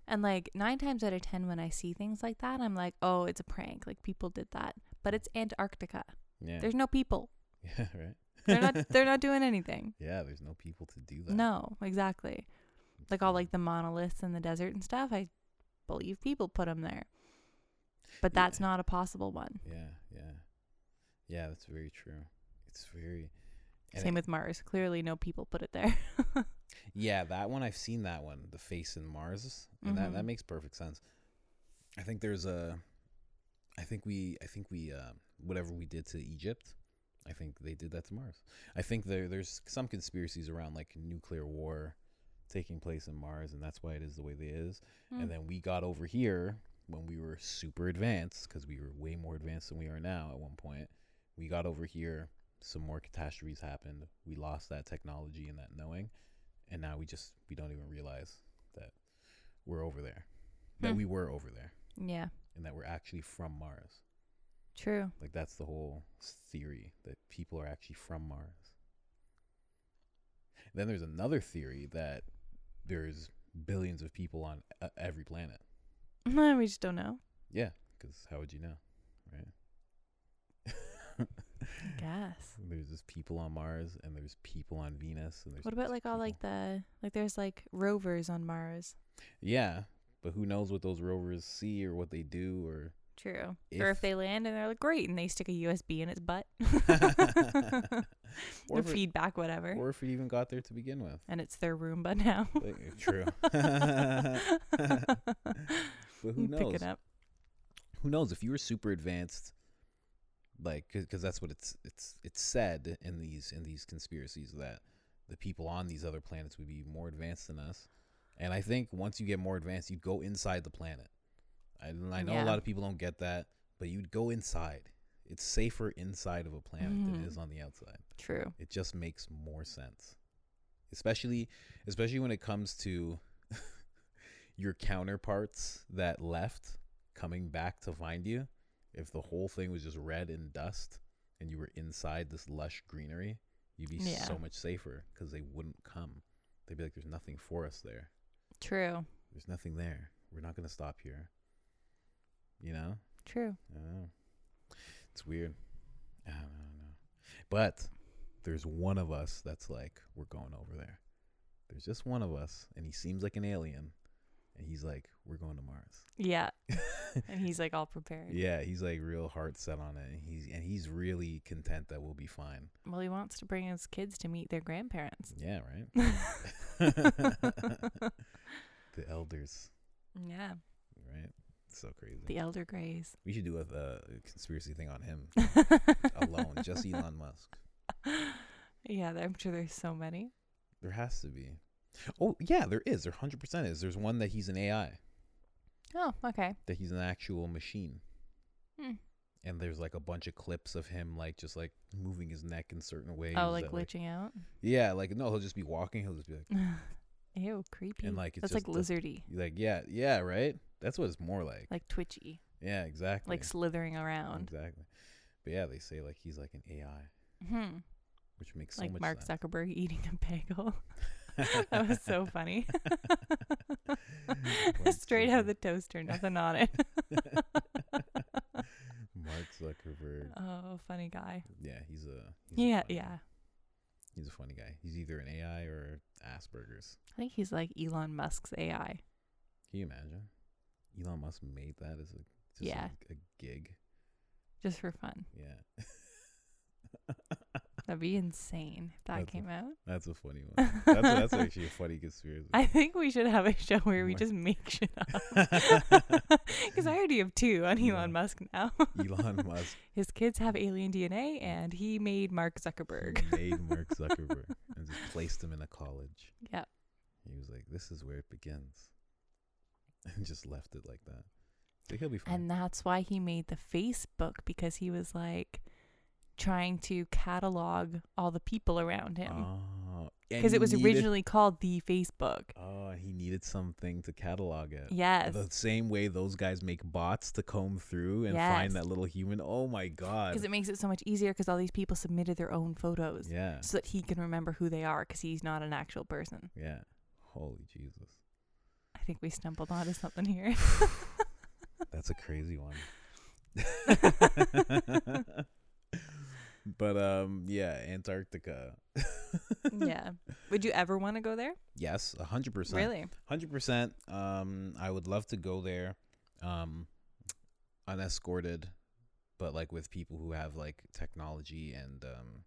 [SPEAKER 2] And like nine times out of ten, when I see things like that, I'm like, oh, it's a prank. Like people did that, but it's Antarctica.
[SPEAKER 1] Yeah.
[SPEAKER 2] There's no people.
[SPEAKER 1] yeah, right?
[SPEAKER 2] They're not. they're not doing anything.
[SPEAKER 1] Yeah, there's no people to do that.
[SPEAKER 2] No, exactly.
[SPEAKER 1] It's
[SPEAKER 2] Like all
[SPEAKER 1] weird.
[SPEAKER 2] like the monoliths in the desert and stuff. I believe people put them there, but
[SPEAKER 1] Yeah.
[SPEAKER 2] that's not a possible one.
[SPEAKER 1] Yeah, yeah. Yeah, that's very true. It's very. and
[SPEAKER 2] Same
[SPEAKER 1] it-
[SPEAKER 2] with Mars. Clearly, no people put it there.
[SPEAKER 1] Yeah, that one I've seen that one, the face in Mars, and that, that
[SPEAKER 2] Mhm.
[SPEAKER 1] makes perfect sense. I think there's a, I think we, I think we, uh, whatever we did to Egypt, I think they did that to Mars. I think there there's some conspiracies around like nuclear war taking place in Mars, and that's why it is the way it is.
[SPEAKER 2] Mm.
[SPEAKER 1] And then we got over here when we were super advanced because we were way more advanced than we are now at one point. We got over here, some more catastrophes happened. We lost that technology and that knowing, and now we just we don't even realize that we're over there, that
[SPEAKER 2] Hmm.
[SPEAKER 1] we were over there,
[SPEAKER 2] yeah,
[SPEAKER 1] and that we're actually from Mars.
[SPEAKER 2] true.
[SPEAKER 1] Like that's the whole s- theory that people are actually from Mars. Then there's another theory that there's billions of people on uh, every planet.
[SPEAKER 2] we just don't know.
[SPEAKER 1] Yeah, because how would you know, right?
[SPEAKER 2] Guess.
[SPEAKER 1] there's just people on Mars, and there's people on Venus, and there's
[SPEAKER 2] What about
[SPEAKER 1] just
[SPEAKER 2] like all
[SPEAKER 1] people-
[SPEAKER 2] like the like? There's like rovers on Mars.
[SPEAKER 1] yeah, but who knows what those rovers see or what they do or
[SPEAKER 2] True. or if
[SPEAKER 1] If-
[SPEAKER 2] they land and they're like great, and they stick a USB in its butt,
[SPEAKER 1] or
[SPEAKER 2] or
[SPEAKER 1] if, it,
[SPEAKER 2] feedback, whatever,
[SPEAKER 1] or if it even got there to begin with.
[SPEAKER 2] and it's their Roomba now.
[SPEAKER 1] Like, True, but who knows?
[SPEAKER 2] Pick it up.
[SPEAKER 1] who knows if you were super advanced like because that's what it's it's it's said in these in these conspiracies that the people on these other planets would be more advanced than us and i think once you get more advanced you'd go inside the planet i, and I know
[SPEAKER 2] Yeah.
[SPEAKER 1] a lot of people don't get that but you'd go inside it's safer inside of a planet than
[SPEAKER 2] Mhm.
[SPEAKER 1] it is on the outside
[SPEAKER 2] True.
[SPEAKER 1] it just makes more sense especially especially when it comes to your counterparts that left coming back to find you if the whole thing was just red and dust and you were inside this lush greenery you'd be
[SPEAKER 2] Yeah.
[SPEAKER 1] so much safer because they wouldn't come they'd be like there's nothing for us there
[SPEAKER 2] True.
[SPEAKER 1] there's nothing there we're not going to stop here you know
[SPEAKER 2] True.
[SPEAKER 1] I don't know. It's weird. I don't, I don't know. But there's one of us that's like, we're going over there. There's just one of us, and he seems like an alien, and he's like, we're going to Mars.
[SPEAKER 2] Yeah. And he's like all prepared.
[SPEAKER 1] yeah, he's like real heart set on it, and he's and he's really content that we'll be fine.
[SPEAKER 2] Well, he wants to bring his kids to meet their grandparents.
[SPEAKER 1] Yeah, right. The elders,
[SPEAKER 2] yeah.
[SPEAKER 1] right? So crazy.
[SPEAKER 2] The Elder Greys.
[SPEAKER 1] we should do a, a conspiracy thing on him alone,
[SPEAKER 2] Alone.
[SPEAKER 1] just Elon Musk.
[SPEAKER 2] Yeah, there- I'm sure there's so many.
[SPEAKER 1] There has to be. Oh yeah, there is. There hundred percent is. There's one that he's an AI,
[SPEAKER 2] Oh, okay.
[SPEAKER 1] that he's an actual machine,
[SPEAKER 2] Hmm.
[SPEAKER 1] and there's like a bunch of clips of him like just like moving his neck in certain ways.
[SPEAKER 2] Oh, like
[SPEAKER 1] that,
[SPEAKER 2] glitching out.
[SPEAKER 1] yeah, like no, he'll just be walking. He'll just be like,
[SPEAKER 2] Ew, creepy.
[SPEAKER 1] and like it's
[SPEAKER 2] Mm, That's like
[SPEAKER 1] just the-
[SPEAKER 2] lizardy,
[SPEAKER 1] like yeah, yeah, right. That's what it's more like.
[SPEAKER 2] like twitchy,
[SPEAKER 1] yeah, exactly.
[SPEAKER 2] like slithering around.
[SPEAKER 1] exactly. But yeah, they say like he's like an AI,
[SPEAKER 2] Hmm.
[SPEAKER 1] which makes Mm. so
[SPEAKER 2] Like
[SPEAKER 1] much
[SPEAKER 2] Mark
[SPEAKER 1] sense.
[SPEAKER 2] Zuckerberg eating a bagel. that was so funny.
[SPEAKER 1] Mark
[SPEAKER 2] Straight out of
[SPEAKER 1] Zuckerberg.
[SPEAKER 2] the toaster, nothing on it.
[SPEAKER 1] Mark Zuckerberg.
[SPEAKER 2] oh, funny guy.
[SPEAKER 1] Yeah, he's a. He's a
[SPEAKER 2] Yeah,
[SPEAKER 1] funny guy.
[SPEAKER 2] yeah.
[SPEAKER 1] He's a funny guy. He's either an AI or Asperger's.
[SPEAKER 2] I think he's like Elon Musk's AI.
[SPEAKER 1] Can you imagine? Elon Musk made that as a just
[SPEAKER 2] Yeah.
[SPEAKER 1] like a, gig.
[SPEAKER 2] just for fun.
[SPEAKER 1] Yeah.
[SPEAKER 2] That'd be insane if that
[SPEAKER 1] That's a-
[SPEAKER 2] came out.
[SPEAKER 1] That's a funny one. That's, that's actually a funny conspiracy.
[SPEAKER 2] I think we should have a show where we
[SPEAKER 1] Right.
[SPEAKER 2] just make shit up. Because I already have two on Elon
[SPEAKER 1] Yeah.
[SPEAKER 2] Musk now.
[SPEAKER 1] Elon Musk
[SPEAKER 2] His kids have alien DNA, and he made Mark Zuckerberg.
[SPEAKER 1] made Mark Zuckerberg and just placed him in a college.
[SPEAKER 2] Yep.
[SPEAKER 1] He was like, "This is where it begins," and just left it like that. I think he'll be fine.
[SPEAKER 2] And that's why he made the Facebook because he was like trying to catalog all the people around him.
[SPEAKER 1] Oh, and
[SPEAKER 2] Because
[SPEAKER 1] he
[SPEAKER 2] it was
[SPEAKER 1] needed-
[SPEAKER 2] originally called the Facebook.
[SPEAKER 1] Oh, he needed something to catalog it.
[SPEAKER 2] Yes.
[SPEAKER 1] The same way those guys make bots to comb through and
[SPEAKER 2] Yes.
[SPEAKER 1] find that little human. Oh my god.
[SPEAKER 2] Because it makes it so much easier because all these people submitted their own photos
[SPEAKER 1] yeah.
[SPEAKER 2] so that he can remember who they are because he's not an actual person.
[SPEAKER 1] Yeah. Holy Jesus.
[SPEAKER 2] I think we stumbled onto something here.
[SPEAKER 1] That's a crazy one. but um yeah, Antarctica.
[SPEAKER 2] yeah. Would you ever want to go there?
[SPEAKER 1] Yes, a 100%.
[SPEAKER 2] Really?
[SPEAKER 1] Hundred percent. Um, I would love to go there, um, unescorted, but like with people who have like technology and um,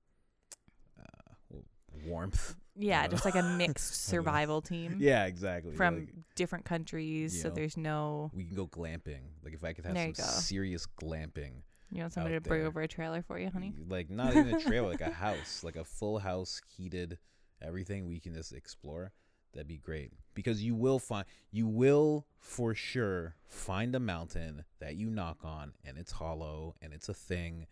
[SPEAKER 1] uh, w- warmth.
[SPEAKER 2] Yeah,
[SPEAKER 1] Yeah.
[SPEAKER 2] just like a mixed survival team
[SPEAKER 1] Yeah, exactly.
[SPEAKER 2] from
[SPEAKER 1] Like,
[SPEAKER 2] different countries. So
[SPEAKER 1] Yeah.
[SPEAKER 2] there's no,
[SPEAKER 1] we can go glamping. Like if I could have
[SPEAKER 2] There
[SPEAKER 1] some
[SPEAKER 2] you go.
[SPEAKER 1] serious glamping,
[SPEAKER 2] you want somebody to
[SPEAKER 1] Out
[SPEAKER 2] bring
[SPEAKER 1] there.
[SPEAKER 2] over a trailer for you, honey?
[SPEAKER 1] y- like not even a trailer, like a house, like a full house, heated, everything. We can just explore. That'd be great because you will find you will for sure find a mountain that you knock on and it's hollow and it's a thing.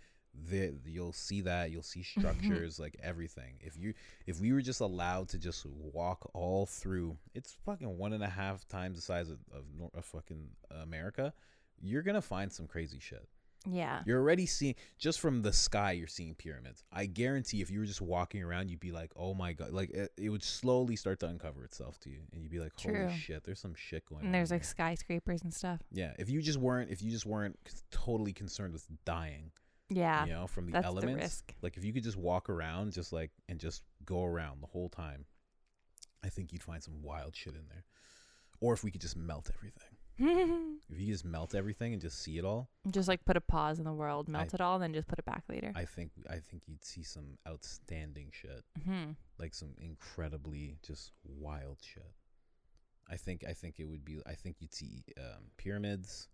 [SPEAKER 1] The, you'll see that you'll see structures like everything. If you if we were just allowed to just walk all through, it's fucking one and a half times the size of of, Nor- of fucking America. You're gonna find some crazy shit.
[SPEAKER 2] Yeah.
[SPEAKER 1] You're already seeing just from the sky. You're seeing pyramids. I guarantee, if you were just walking around, you'd be like, "Oh my god!" Like it, it would slowly start to uncover itself to you, and you'd be like, "Holy
[SPEAKER 2] True.
[SPEAKER 1] shit!" There's some shit going on.
[SPEAKER 2] And there's
[SPEAKER 1] here."
[SPEAKER 2] like skyscrapers and stuff.
[SPEAKER 1] yeah. If you just weren't, if you just weren't c- totally concerned with dying,
[SPEAKER 2] Yeah.
[SPEAKER 1] you know, from the
[SPEAKER 2] that's the
[SPEAKER 1] elements,
[SPEAKER 2] risk.
[SPEAKER 1] like if you could just walk around, just like and just go around the whole time, I think you'd find some wild shit in there. Or if we could just melt everything, if you could just melt everything and just see it all,
[SPEAKER 2] just like put a pause in the world, melt it all, and then just put it back later.
[SPEAKER 1] I think I think you'd see some outstanding shit.
[SPEAKER 2] hmm
[SPEAKER 1] like some incredibly just wild shit. I think I think it would be I think you'd see um, pyramids.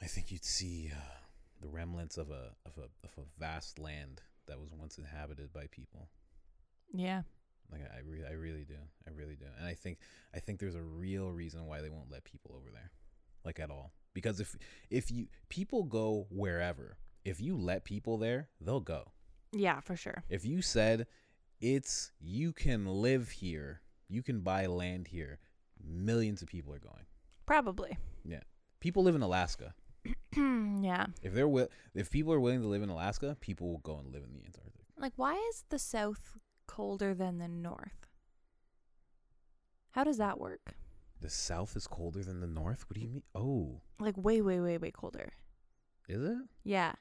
[SPEAKER 1] I think you'd see uh, the remnants of a of a of a vast land that was once inhabited by people.
[SPEAKER 2] Yeah.
[SPEAKER 1] Like I re- I really do. I really do. And I think I think there's a real reason why they won't let people over there like at all. Because if if you people go wherever, if you let people there, they'll go
[SPEAKER 2] Yeah, for sure.
[SPEAKER 1] if you said it's you can live here, you can buy land here, millions of people are going.
[SPEAKER 2] Probably.
[SPEAKER 1] People live in Alaska.
[SPEAKER 2] yeah.
[SPEAKER 1] If they're wi- if people are willing to live in Alaska, people will go and live in the Antarctic.
[SPEAKER 2] Like, why is the South colder than the North? How does that work?
[SPEAKER 1] The South is colder than the North. What do you mean? Oh,
[SPEAKER 2] Like, way, way, way, way colder.
[SPEAKER 1] is it?
[SPEAKER 2] Yeah.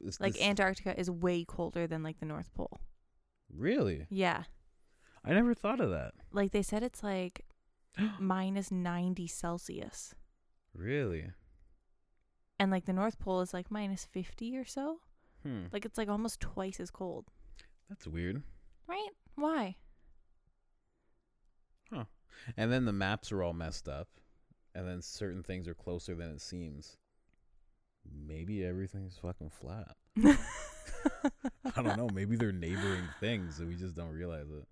[SPEAKER 1] Is
[SPEAKER 2] Like,
[SPEAKER 1] this-
[SPEAKER 2] Antarctica is way colder than, like, the North Pole.
[SPEAKER 1] really?
[SPEAKER 2] Yeah.
[SPEAKER 1] I never thought of that.
[SPEAKER 2] Like, they said it's like minus 90 Celsius.
[SPEAKER 1] really?
[SPEAKER 2] And, like, the North Pole is like minus 50 or so.
[SPEAKER 1] Hmm.
[SPEAKER 2] Like, it's like almost twice as cold.
[SPEAKER 1] That's weird.
[SPEAKER 2] Right? Why?
[SPEAKER 1] And then the maps are all messed up, and then certain things are closer than it seems. Maybe everything's fucking flat. I don't know. Maybe they're neighboring things and we just don't realize it.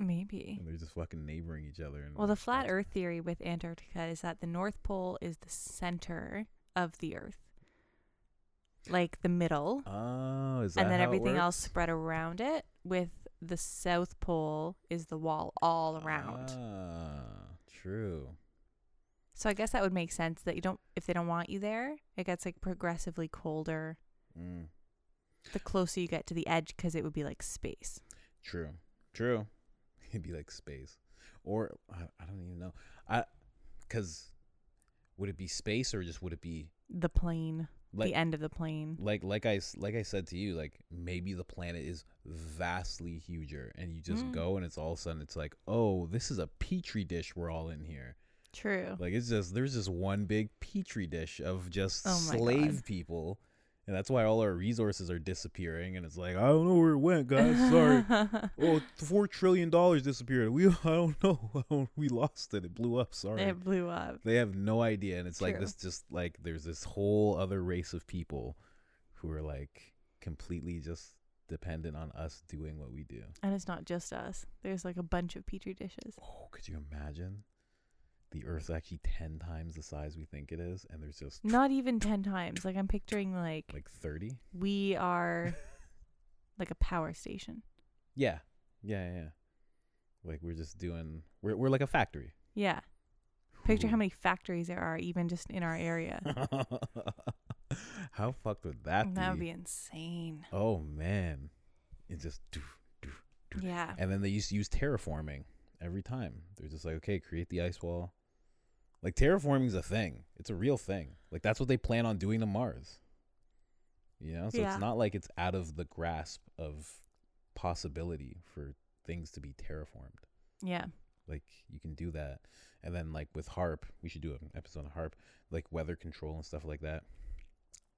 [SPEAKER 2] Maybe.
[SPEAKER 1] And they're just fucking neighboring each other. And
[SPEAKER 2] Well, the
[SPEAKER 1] that's-
[SPEAKER 2] flat Earth theory with Antarctica is that the North Pole is the center of the Earth, like the middle,
[SPEAKER 1] Oh, is that
[SPEAKER 2] and then
[SPEAKER 1] how it
[SPEAKER 2] everything else
[SPEAKER 1] works?
[SPEAKER 2] spread around it. With the South Pole is the wall all around.
[SPEAKER 1] Ah, true.
[SPEAKER 2] so I guess that would make sense that you don't, if they don't want you there, it gets like progressively colder
[SPEAKER 1] Mm,
[SPEAKER 2] the closer you get to the edge because it would be like space.
[SPEAKER 1] true. True. It'd be like space, or I, I don't even know. I because would it be space or just would it be
[SPEAKER 2] The plane,
[SPEAKER 1] like
[SPEAKER 2] the end of the plane.
[SPEAKER 1] like like I s- like I said to you, like maybe the planet is vastly huger, and you just
[SPEAKER 2] Mm.
[SPEAKER 1] go and it's all of a sudden it's like, oh, this is a petri dish we're all in here.
[SPEAKER 2] True.
[SPEAKER 1] Like it's just there's just one big petri dish of just
[SPEAKER 2] Oh my
[SPEAKER 1] slave
[SPEAKER 2] God.
[SPEAKER 1] people, And that's why all our resources are disappearing. And it's like, I don't know where it went, guys. Sorry. oh, four trillion dollars disappeared. We I don't know. I don't- we lost it. It blew up. Sorry.
[SPEAKER 2] it blew up.
[SPEAKER 1] they have no idea, and it's like
[SPEAKER 2] True.
[SPEAKER 1] this. Just like there's this whole other race of people who are like completely just dependent on us doing what we do.
[SPEAKER 2] And it's not just us. There's like a bunch of petri dishes.
[SPEAKER 1] Oh, could you imagine? The Earth's actually ten times the size we think it is, and there's just
[SPEAKER 2] Not even 10 times. Like I'm picturing like
[SPEAKER 1] like thirty.
[SPEAKER 2] we are like a power station.
[SPEAKER 1] Yeah, yeah, yeah, yeah. Like we're just doing. We're we're like a factory.
[SPEAKER 2] Yeah. Picture how
[SPEAKER 1] Ooh.
[SPEAKER 2] many factories there are even just in our area.
[SPEAKER 1] How fucked would that,
[SPEAKER 2] That would
[SPEAKER 1] be?
[SPEAKER 2] be insane.
[SPEAKER 1] Oh man, it just
[SPEAKER 2] Uh.
[SPEAKER 1] doof, doof, doof.
[SPEAKER 2] Yeah.
[SPEAKER 1] and then they used to use terraforming every time. They're just like, okay, create the ice wall. Like terraforming's a thing. It's a real thing. Like that's what they plan on doing to Mars. You know, so
[SPEAKER 2] Yeah.
[SPEAKER 1] it's not like it's out of the grasp of possibility for things to be terraformed.
[SPEAKER 2] Yeah.
[SPEAKER 1] Like you can do that. And then like with harp, we should do an episode on harp, like weather control and stuff like that.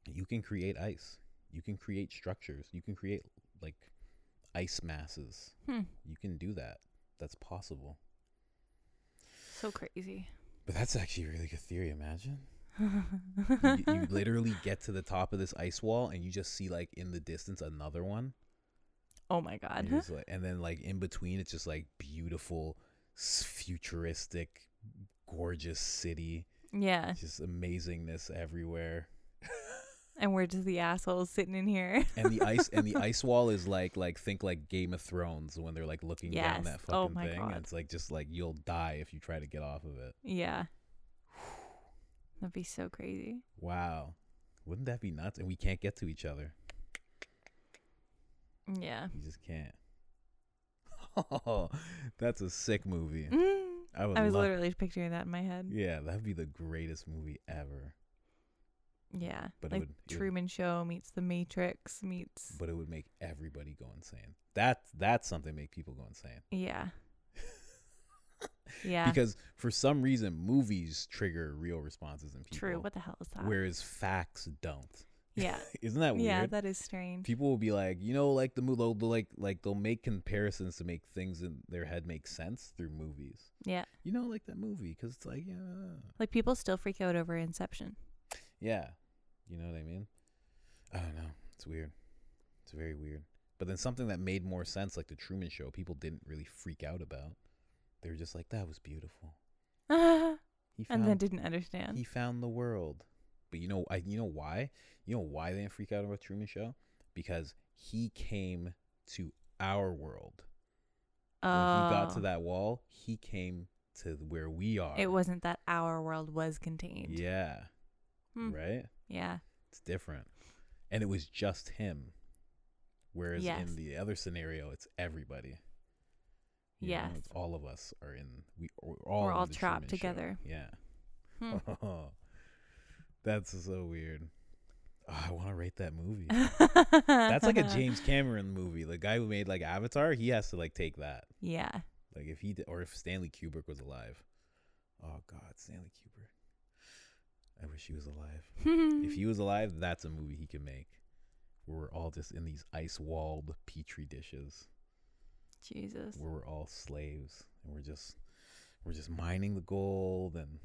[SPEAKER 1] You can create ice. You can create structures. You can create like ice masses.
[SPEAKER 2] Hmm.
[SPEAKER 1] You can do that. That's possible.
[SPEAKER 2] So crazy.
[SPEAKER 1] But that's actually a really good theory. Imagine you,
[SPEAKER 2] you,
[SPEAKER 1] you literally get to the top of this ice wall and you just see like in the distance another one,
[SPEAKER 2] oh my
[SPEAKER 1] and,
[SPEAKER 2] god.
[SPEAKER 1] you're just like, and then like in between it's just like beautiful, s- futuristic, gorgeous city,
[SPEAKER 2] Yeah.
[SPEAKER 1] just amazingness everywhere.
[SPEAKER 2] And we're just the assholes sitting in here.
[SPEAKER 1] And the ice and the ice wall is like like think like Game of Thrones when they're like looking down
[SPEAKER 2] Yes.
[SPEAKER 1] that fucking
[SPEAKER 2] Oh my
[SPEAKER 1] thing.
[SPEAKER 2] God.
[SPEAKER 1] And it's like just like you'll die if you try to get off of it.
[SPEAKER 2] yeah. That'd be so crazy.
[SPEAKER 1] Wow, wouldn't that be nuts? And we can't get to each other.
[SPEAKER 2] Yeah.
[SPEAKER 1] You just can't. Oh, that's a sick movie.
[SPEAKER 2] Mm.
[SPEAKER 1] I would
[SPEAKER 2] I was
[SPEAKER 1] love.
[SPEAKER 2] literally picturing that in my head.
[SPEAKER 1] yeah, that'd be the greatest movie ever.
[SPEAKER 2] Yeah.
[SPEAKER 1] But it
[SPEAKER 2] like
[SPEAKER 1] would- it would-
[SPEAKER 2] Truman Show meets The Matrix meets
[SPEAKER 1] But it would make everybody go insane. That that's something make people go insane.
[SPEAKER 2] Yeah. yeah.
[SPEAKER 1] Because for some reason, movies trigger real responses in people.
[SPEAKER 2] True. What the hell is that?
[SPEAKER 1] Whereas facts don't.
[SPEAKER 2] yeah.
[SPEAKER 1] Isn't that weird?
[SPEAKER 2] Yeah, that is strange.
[SPEAKER 1] people will be like, you know, like the movie, they'll, they'll like like they'll make comparisons to make things in their head make sense through movies.
[SPEAKER 2] Yeah.
[SPEAKER 1] You know, like that movie, because it's like, yeah,
[SPEAKER 2] Like people still freak out over Inception.
[SPEAKER 1] Yeah. You know what I mean? I don't know. It's weird. It's very weird. But then something that made more sense, like the Truman Show, people didn't really freak out about. They were just like, that was beautiful.
[SPEAKER 2] and
[SPEAKER 1] He found,
[SPEAKER 2] then didn't understand.
[SPEAKER 1] he found the world. But you know, I, you know why? You know why they didn't freak out about Truman Show? Because he came to our world. When he got to
[SPEAKER 2] Oh.
[SPEAKER 1] that wall, he came to where we are.
[SPEAKER 2] It wasn't that our world was contained.
[SPEAKER 1] Yeah.
[SPEAKER 2] Hmm.
[SPEAKER 1] Right?
[SPEAKER 2] Yeah.
[SPEAKER 1] It's different. And it was just him. Whereas
[SPEAKER 2] Yes.
[SPEAKER 1] in the other scenario, it's everybody. You know,
[SPEAKER 2] Yes.
[SPEAKER 1] it's all of us are in. We we're all
[SPEAKER 2] We're
[SPEAKER 1] in
[SPEAKER 2] all
[SPEAKER 1] the Truman
[SPEAKER 2] trapped
[SPEAKER 1] Show.
[SPEAKER 2] together. Hmm.
[SPEAKER 1] Yeah. That's so weird. Oh, I want to rate that movie. That's
[SPEAKER 2] That's
[SPEAKER 1] like a James Cameron movie. The guy who made like Avatar, he has to like take that.
[SPEAKER 2] Yeah.
[SPEAKER 1] Like if he did, or if Stanley Kubrick was alive. Oh God, Stanley Kubrick. I wish he was alive. If he was alive, that's a movie he could make. Where we're all just in these ice walled petri dishes.
[SPEAKER 2] Jesus.
[SPEAKER 1] Where we're all slaves and we're just we're just mining the gold and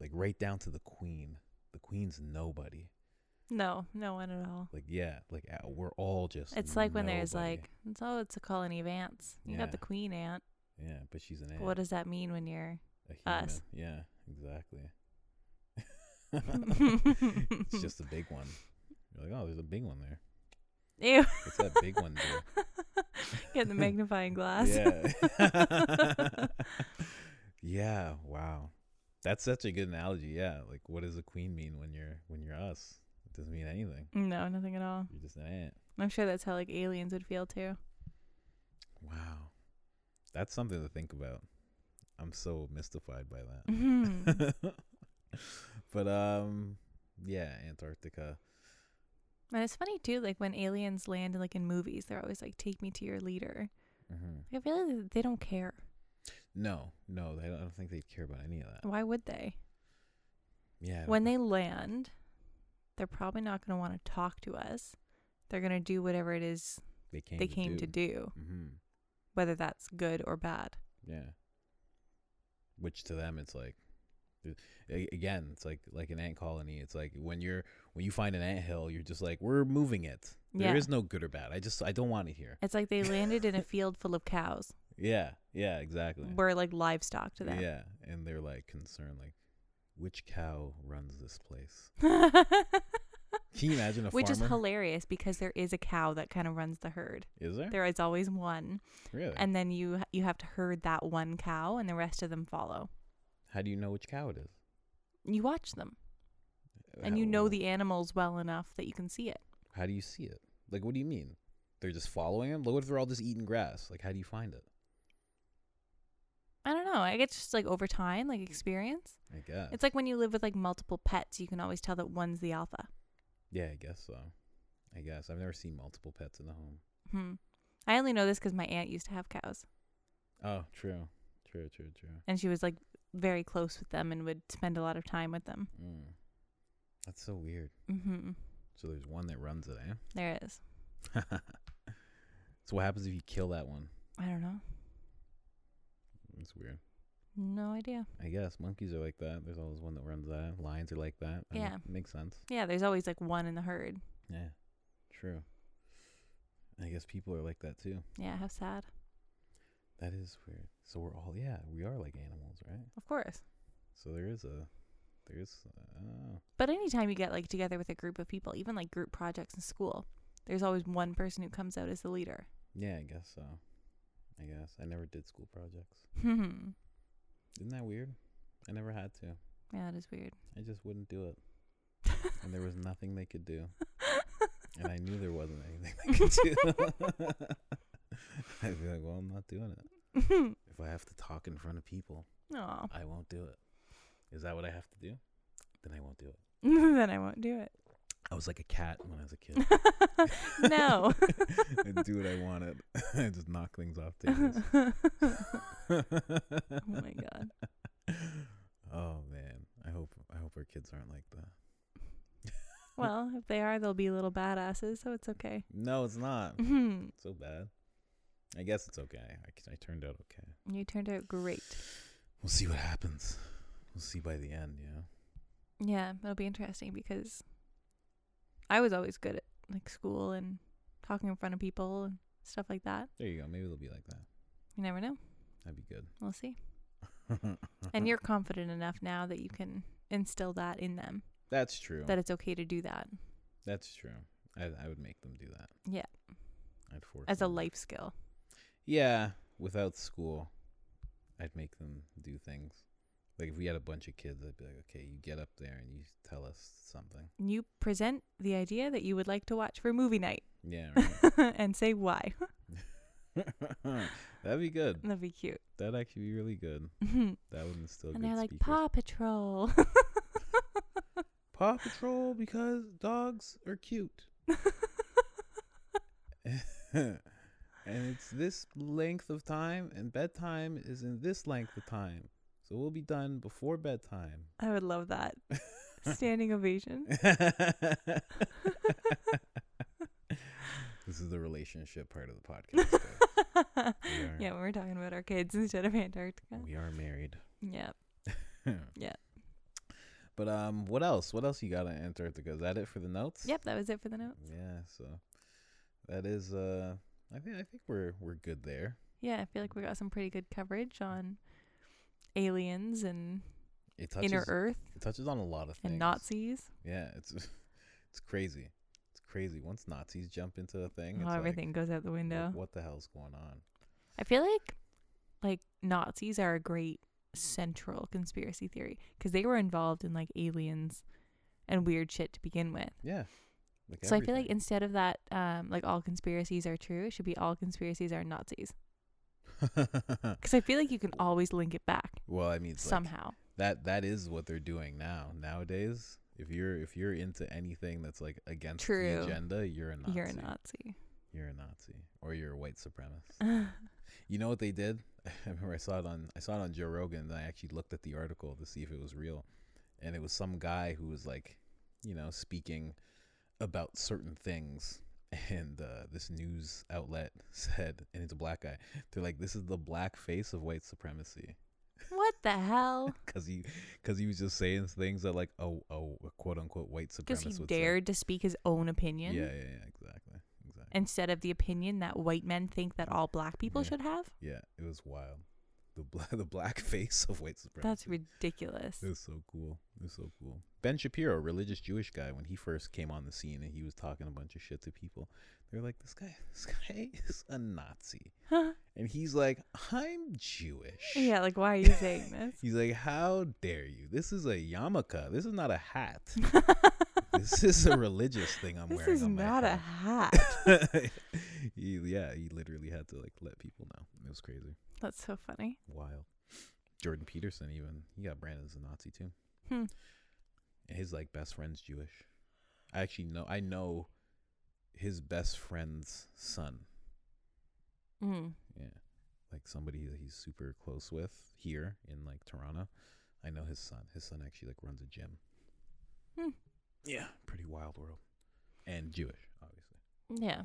[SPEAKER 1] like right down to the queen. The queen's nobody.
[SPEAKER 2] No, no one at all.
[SPEAKER 1] Like yeah, like uh, we're all just
[SPEAKER 2] It's like when there's
[SPEAKER 1] nobody.
[SPEAKER 2] like, it's- oh, it's a colony of ants. You got
[SPEAKER 1] Yeah.
[SPEAKER 2] the queen ant.
[SPEAKER 1] Yeah, but she's an
[SPEAKER 2] But
[SPEAKER 1] ant.
[SPEAKER 2] What does that mean when you're?
[SPEAKER 1] a
[SPEAKER 2] us.
[SPEAKER 1] human. Yeah, exactly. it's just a big one. You're like, oh, there's a big one there.
[SPEAKER 2] Ew.
[SPEAKER 1] What's that big one do?
[SPEAKER 2] Get the magnifying glass.
[SPEAKER 1] Yeah. yeah. Wow. That's such a good analogy. Yeah. Like, what does a queen mean when you're when you're us? It doesn't mean anything.
[SPEAKER 2] No, nothing at all.
[SPEAKER 1] You're just an ant.
[SPEAKER 2] I'm sure that's how like aliens would feel too.
[SPEAKER 1] Wow. That's something to think about. I'm so mystified by that.
[SPEAKER 2] Mhm.
[SPEAKER 1] but um, yeah, Antarctica.
[SPEAKER 2] and it's funny too, like when aliens land like in movies, they're always like, "Take me to your leader."
[SPEAKER 1] hmm
[SPEAKER 2] Like, I feel like they don't care.
[SPEAKER 1] No, no, I don't, I don't think they care about any of that.
[SPEAKER 2] Why would they?
[SPEAKER 1] Yeah. I don't
[SPEAKER 2] When
[SPEAKER 1] know.
[SPEAKER 2] they land, They're probably not going to want to talk to us. They're going to do whatever it is
[SPEAKER 1] They came.
[SPEAKER 2] they came to do.
[SPEAKER 1] Mm-hmm.
[SPEAKER 2] whether that's good or bad.
[SPEAKER 1] Yeah. Which to them, it's like, a- again, it's like like an ant colony. It's like when you're when you find an ant hill, you're just like, we're moving it. There
[SPEAKER 2] Yeah.
[SPEAKER 1] is no good or bad. I just I don't want it here.
[SPEAKER 2] It's like they landed in a field full of cows.
[SPEAKER 1] Yeah, yeah, exactly.
[SPEAKER 2] We're like livestock to them.
[SPEAKER 1] Yeah, and they're like concerned, like, which cow runs this place? Can you imagine a
[SPEAKER 2] Which is
[SPEAKER 1] farmer?
[SPEAKER 2] hilarious because there is a cow that kind of runs the herd.
[SPEAKER 1] is there?
[SPEAKER 2] There is always one,
[SPEAKER 1] really?
[SPEAKER 2] and then you you have to herd that one cow, and the rest of them follow.
[SPEAKER 1] How do you know which cow it is?
[SPEAKER 2] You watch them, and
[SPEAKER 1] How-
[SPEAKER 2] you know the animals well enough that you can see it.
[SPEAKER 1] How do you see it? Like, what do you mean? They're just following him. Like, what if they're all just eating grass? Like, how do you find it?
[SPEAKER 2] I don't know. I guess just like over time, like experience.
[SPEAKER 1] I guess.
[SPEAKER 2] It's like when you live with like multiple pets, you can always tell that one's the alpha.
[SPEAKER 1] Yeah, I guess so. I guess I've never seen multiple pets in the home.
[SPEAKER 2] Hmm. I only know this because my aunt used to have cows.
[SPEAKER 1] Oh, true, true, true, true.
[SPEAKER 2] and she was like very close with them and would spend a lot of time with them.
[SPEAKER 1] Mm. That's so weird.
[SPEAKER 2] Mm-hmm.
[SPEAKER 1] So there's one that runs it, eh?
[SPEAKER 2] There is.
[SPEAKER 1] so what happens if you kill that one?
[SPEAKER 2] I don't know.
[SPEAKER 1] It's weird.
[SPEAKER 2] No idea.
[SPEAKER 1] I guess monkeys are like that. There's always one that runs that. Lions are like that. I mean,
[SPEAKER 2] Yeah.
[SPEAKER 1] makes sense.
[SPEAKER 2] Yeah, there's always like one in the herd.
[SPEAKER 1] Yeah, true. I guess people are like that too.
[SPEAKER 2] Yeah, how sad.
[SPEAKER 1] That is weird. So we're all yeah, we are like animals, right?
[SPEAKER 2] Of course.
[SPEAKER 1] So there is a there is oh
[SPEAKER 2] But anytime you get like together with a group of people, even like group projects in school, there's always one person who comes out as the leader.
[SPEAKER 1] yeah, I guess so. I guess I never did school projects.
[SPEAKER 2] Hmm.
[SPEAKER 1] Isn't that weird? I never had to.
[SPEAKER 2] yeah, that is weird.
[SPEAKER 1] I just wouldn't do it. And there was nothing they could do. And I knew there wasn't anything they could do. I'd be like, well, I'm not doing it. If I have to talk in front of people,
[SPEAKER 2] Aw.
[SPEAKER 1] I won't do it. Is that what I have to do? Then I won't do it.
[SPEAKER 2] then I won't do
[SPEAKER 1] I was like a cat when I was a kid.
[SPEAKER 2] it. no.
[SPEAKER 1] I'd do what I wanted. I just knock things off tables.
[SPEAKER 2] oh my god.
[SPEAKER 1] Oh man. I hope I hope our kids aren't like that.
[SPEAKER 2] Well, if they are, they'll be little badasses, so it's okay.
[SPEAKER 1] No, it's not.
[SPEAKER 2] Mhm.
[SPEAKER 1] so bad. I guess it's okay. I, c- I turned out okay.
[SPEAKER 2] you turned out great.
[SPEAKER 1] We'll see what happens. We'll see by the end, you know?
[SPEAKER 2] Yeah, it'll be interesting because I was always good at like school and talking in front of people and stuff like that.
[SPEAKER 1] There you go. Maybe it'll be like that.
[SPEAKER 2] You never know.
[SPEAKER 1] That'd be good.
[SPEAKER 2] We'll see. And you're confident enough now that you can instill that in them
[SPEAKER 1] That's true.
[SPEAKER 2] that it's okay to do that
[SPEAKER 1] That's true. I, I would make them do that.
[SPEAKER 2] Yeah.
[SPEAKER 1] I'd force
[SPEAKER 2] as a
[SPEAKER 1] them.
[SPEAKER 2] life skill.
[SPEAKER 1] Yeah, without school, I'd make them do things. Like if we had a bunch of kids, I'd be like, okay, you get up there and you tell us something.
[SPEAKER 2] You present the idea that you would like to watch for movie night
[SPEAKER 1] Yeah, right.
[SPEAKER 2] and say why.
[SPEAKER 1] that'd be good.
[SPEAKER 2] That'd be cute.
[SPEAKER 1] That'd actually be really good.
[SPEAKER 2] and
[SPEAKER 1] That would instill. good
[SPEAKER 2] they're like
[SPEAKER 1] speakers.
[SPEAKER 2] Paw Patrol.
[SPEAKER 1] Paw Patrol because dogs are cute. and it's this length of time, and bedtime is in this length of time. So we'll be done before bedtime.
[SPEAKER 2] I would love that. Standing ovation.
[SPEAKER 1] this is the relationship part of the podcast. guys. We are,
[SPEAKER 2] yeah, when we're talking about our kids instead of Antarctica.
[SPEAKER 1] we are married.
[SPEAKER 2] Yeah. Yeah.
[SPEAKER 1] But um, what else? What else you got on Antarctica? Is that it for the notes?
[SPEAKER 2] Yep, that was it for the note.
[SPEAKER 1] Yeah, so that is uh I think I think we're we're good there.
[SPEAKER 2] Yeah, I feel like we got some pretty good coverage on aliens and
[SPEAKER 1] It touches
[SPEAKER 2] inner earth
[SPEAKER 1] it touches on a lot of things.
[SPEAKER 2] and Nazis.
[SPEAKER 1] Yeah, it's it's crazy. It's crazy. Once Nazis jump into a thing,
[SPEAKER 2] How
[SPEAKER 1] it's
[SPEAKER 2] everything goes out the
[SPEAKER 1] like, like,
[SPEAKER 2] window.
[SPEAKER 1] what the hell's going on?
[SPEAKER 2] I feel like like Nazis are a great central conspiracy theory because they were involved in like aliens and weird shit to begin with.
[SPEAKER 1] Yeah. Like
[SPEAKER 2] So I feel like
[SPEAKER 1] everything.
[SPEAKER 2] instead of that, um, like all conspiracies are true, it should be all conspiracies are Nazis. Because I feel like you can always link it back
[SPEAKER 1] well, I mean it's like,
[SPEAKER 2] somehow.
[SPEAKER 1] that that is what they're doing now. Nowadays, if you're if you're into anything that's like against
[SPEAKER 2] True.
[SPEAKER 1] the agenda, you're a Nazi.
[SPEAKER 2] You're a Nazi.
[SPEAKER 1] You're a Nazi or you're a white supremacist. You know what they did? I remember I saw it on I saw it on Joe Rogan and I actually looked at the article to see if it was real. And it was some guy who was like you know, speaking about certain things. And uh, this news outlet said, and it's a black guy. They're like, "This is the black face of white supremacy,"
[SPEAKER 2] What the hell?
[SPEAKER 1] because he, because he was just saying things that like, "Oh, oh, quote unquote white supremacist."
[SPEAKER 2] Because he
[SPEAKER 1] would say.
[SPEAKER 2] dared to speak his own opinion
[SPEAKER 1] uh, Yeah, yeah, yeah, exactly, exactly.
[SPEAKER 2] instead of the opinion that white men think that all black people
[SPEAKER 1] Yeah.
[SPEAKER 2] should have.
[SPEAKER 1] yeah, it was wild. The bla- the black face of white supremacy.
[SPEAKER 2] That's ridiculous.
[SPEAKER 1] It was so cool. It was so cool. Ben Shapiro, religious Jewish guy, when he first came on the scene and he was talking a bunch of shit to people, they were like, "This guy, this guy is a Nazi,"
[SPEAKER 2] Huh?
[SPEAKER 1] and he's like, "I'm Jewish."
[SPEAKER 2] Yeah, like why are you saying this?
[SPEAKER 1] He's like, "How dare you? This is a yarmulke. This is not a hat. this is a religious thing I'm
[SPEAKER 2] this
[SPEAKER 1] wearing."
[SPEAKER 2] is
[SPEAKER 1] on my
[SPEAKER 2] not a
[SPEAKER 1] head."
[SPEAKER 2] hat.
[SPEAKER 1] he, yeah, he literally had to like let people know. It was crazy,
[SPEAKER 2] That's so funny.
[SPEAKER 1] wild. Jordan Peterson, even he got branded as a Nazi too.
[SPEAKER 2] Hmm.
[SPEAKER 1] And his like best friend's Jewish. I actually know. I know his best friend's son.
[SPEAKER 2] Mm.
[SPEAKER 1] Yeah, like somebody that he's super close with here in like Toronto. I know his son. His son actually like runs a gym.
[SPEAKER 2] Hmm.
[SPEAKER 1] Yeah, pretty wild world. And Jewish, obviously.
[SPEAKER 2] Yeah.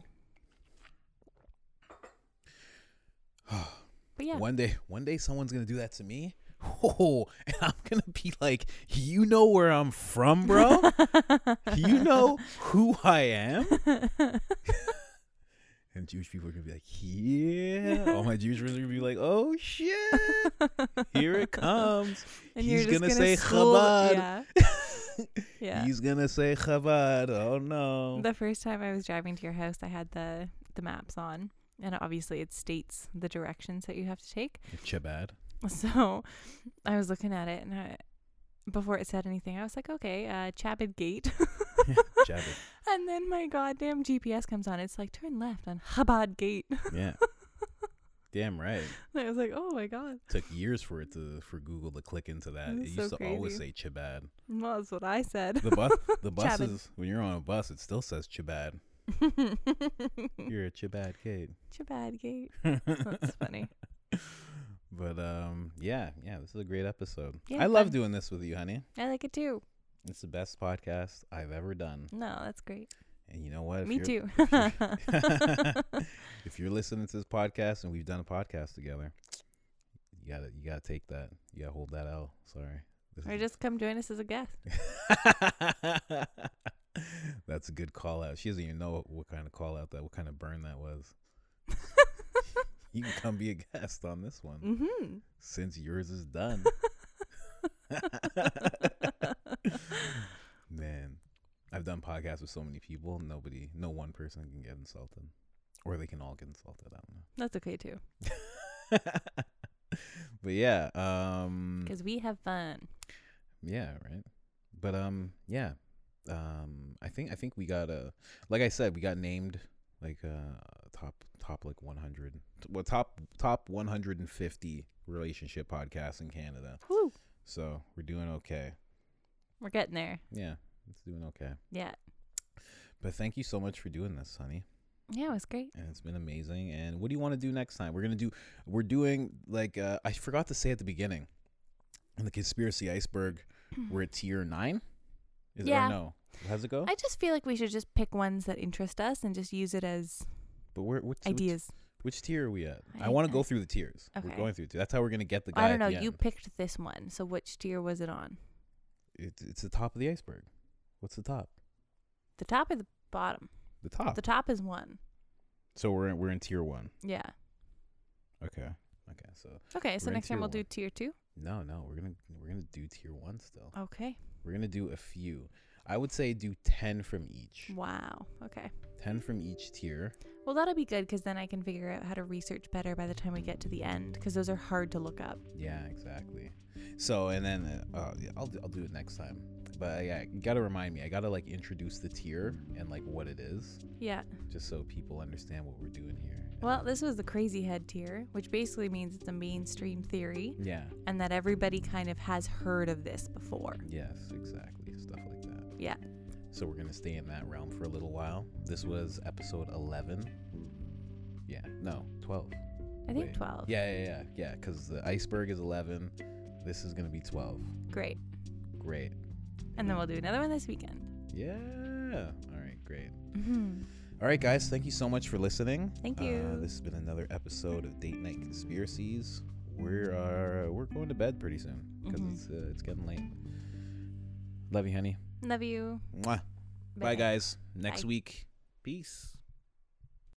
[SPEAKER 2] But yeah,
[SPEAKER 1] One day, one day, someone's gonna do that to me. Oh, and I'm gonna be like, you know where I'm from, bro. you know who I am. and Jewish people are gonna be like, yeah. All my Jewish friends are gonna be like, oh shit, here it comes.
[SPEAKER 2] and
[SPEAKER 1] He's
[SPEAKER 2] you're just
[SPEAKER 1] gonna say
[SPEAKER 2] school-
[SPEAKER 1] Chabad.
[SPEAKER 2] Yeah. yeah.
[SPEAKER 1] He's gonna say Chabad. Oh no.
[SPEAKER 2] The first time I was driving to your house, I had the the maps on, and obviously it states the directions that you have to take.
[SPEAKER 1] Chabad.
[SPEAKER 2] So I was looking at it, and I, before it said anything, I was like, "Okay, uh, Chabad Gate."
[SPEAKER 1] Chabad.
[SPEAKER 2] and then my goddamn GPS comes on. It's like turn left on Chabad Gate.
[SPEAKER 1] Yeah. Damn right.
[SPEAKER 2] And I was like, "Oh my god,
[SPEAKER 1] Took years for it to for Google to click into that. It
[SPEAKER 2] That's
[SPEAKER 1] used
[SPEAKER 2] so
[SPEAKER 1] to always say
[SPEAKER 2] crazy.
[SPEAKER 1] Chabad.
[SPEAKER 2] well, that's what I said."
[SPEAKER 1] The bus, the
[SPEAKER 2] Chabad.
[SPEAKER 1] buses. When you're on a bus, it still says Chabad. You're a Chabad kid.
[SPEAKER 2] Chabad Gate. That's
[SPEAKER 1] but
[SPEAKER 2] funny.
[SPEAKER 1] um, yeah, yeah, this is a great episode.
[SPEAKER 2] Yeah,
[SPEAKER 1] I love
[SPEAKER 2] fun.
[SPEAKER 1] doing this with you, honey.
[SPEAKER 2] I like it too.
[SPEAKER 1] It's the best podcast I've ever done.
[SPEAKER 2] No, that's great.
[SPEAKER 1] And you know what? If
[SPEAKER 2] Me
[SPEAKER 1] you're-
[SPEAKER 2] too.
[SPEAKER 1] If you're listening to this podcast and we've done a podcast together, you gotta you gotta take that. You gotta hold that out. Sorry. This
[SPEAKER 2] or
[SPEAKER 1] is-
[SPEAKER 2] just come join us as a guest.
[SPEAKER 1] That's a good call out. She doesn't even know what, what kind of call out that, what kind of burn that was. You can come be a guest on this one
[SPEAKER 2] mm-hmm.
[SPEAKER 1] since yours is done. Man, I've done podcasts with so many people. Nobody, no one person can get insulted, or they can all get insulted. I don't
[SPEAKER 2] That's okay too,
[SPEAKER 1] know. but yeah, um,
[SPEAKER 2] because we have fun.
[SPEAKER 1] yeah, right. But um, yeah, um, I think I think we got a like I said, we got named like uh top top like 100 well top top 150 relationship podcasts in Canada.
[SPEAKER 2] Woo.
[SPEAKER 1] So we're doing okay.
[SPEAKER 2] We're getting there.
[SPEAKER 1] Yeah, it's doing okay.
[SPEAKER 2] Yeah.
[SPEAKER 1] But thank you so much for doing this, honey.
[SPEAKER 2] Yeah, it was great.
[SPEAKER 1] And it's been amazing. And what do you want to do next time? We're gonna do. We're doing like uh, I forgot to say at the beginning, in the conspiracy iceberg, we're at tier nine. Is
[SPEAKER 2] Yeah.
[SPEAKER 1] or no? How's it go?
[SPEAKER 2] I just feel like we should just pick ones that interest us and just use it as
[SPEAKER 1] but we're which, which-
[SPEAKER 2] ideas.
[SPEAKER 1] Which, tier are we at? I,
[SPEAKER 2] I-
[SPEAKER 1] want to
[SPEAKER 2] I-
[SPEAKER 1] go through the tiers. We're
[SPEAKER 2] Okay.
[SPEAKER 1] going through. That's how we're gonna get the guy.
[SPEAKER 2] I don't know.
[SPEAKER 1] at the
[SPEAKER 2] You
[SPEAKER 1] end.
[SPEAKER 2] picked this one. So which tier was it on?
[SPEAKER 1] It's, it's the top of the iceberg. What's the top?
[SPEAKER 2] The top or the bottom?
[SPEAKER 1] The top.
[SPEAKER 2] The top is one.
[SPEAKER 1] so we're in, we're in tier one.
[SPEAKER 2] Yeah.
[SPEAKER 1] Okay. Okay. So
[SPEAKER 2] Okay. So
[SPEAKER 1] We're in
[SPEAKER 2] next time
[SPEAKER 1] tier
[SPEAKER 2] we'll do
[SPEAKER 1] one.
[SPEAKER 2] tier two.
[SPEAKER 1] no, no, we're gonna we're gonna do tier one still.
[SPEAKER 2] Okay.
[SPEAKER 1] We're gonna do a few. I would say do ten from each.
[SPEAKER 2] Wow. Okay.
[SPEAKER 1] Ten from each tier.
[SPEAKER 2] Well, that'll be good because then I can figure out how to research better by the time we get to the end because those are hard to look up.
[SPEAKER 1] Yeah, exactly. So and then uh, uh, yeah, I'll do, I'll do it next time. But uh, yeah, you gotta remind me. I gotta like introduce the tier and like what it is,
[SPEAKER 2] Yeah.
[SPEAKER 1] just so people understand what we're doing here.
[SPEAKER 2] Well, this was the crazy head tier, which basically means it's a mainstream theory
[SPEAKER 1] Yeah.
[SPEAKER 2] and that everybody kind of has heard of this before.
[SPEAKER 1] Yes, exactly. Stuff like that.
[SPEAKER 2] Yeah.
[SPEAKER 1] So we're gonna stay in that realm for a little while. This was episode eleven. Yeah. No, twelve.
[SPEAKER 2] I think
[SPEAKER 1] Wait.
[SPEAKER 2] 12.
[SPEAKER 1] Yeah, yeah, yeah, yeah. Because the iceberg is eleven. This is gonna be twelve.
[SPEAKER 2] Great.
[SPEAKER 1] Great.
[SPEAKER 2] And then we'll do another one this weekend.
[SPEAKER 1] Yeah. All right, great.
[SPEAKER 2] Mhm.
[SPEAKER 1] All right, guys, thank you so much for listening.
[SPEAKER 2] Thank
[SPEAKER 1] Uh,
[SPEAKER 2] you.
[SPEAKER 1] this has been another episode of Date Night Conspiracies. We're uh, we're going to bed pretty soon because
[SPEAKER 2] Mhm.
[SPEAKER 1] it's uh, it's getting late. Love you, honey.
[SPEAKER 2] Love you.
[SPEAKER 1] Mwah. Bye, guys. Next
[SPEAKER 2] Bye.
[SPEAKER 1] week. Peace.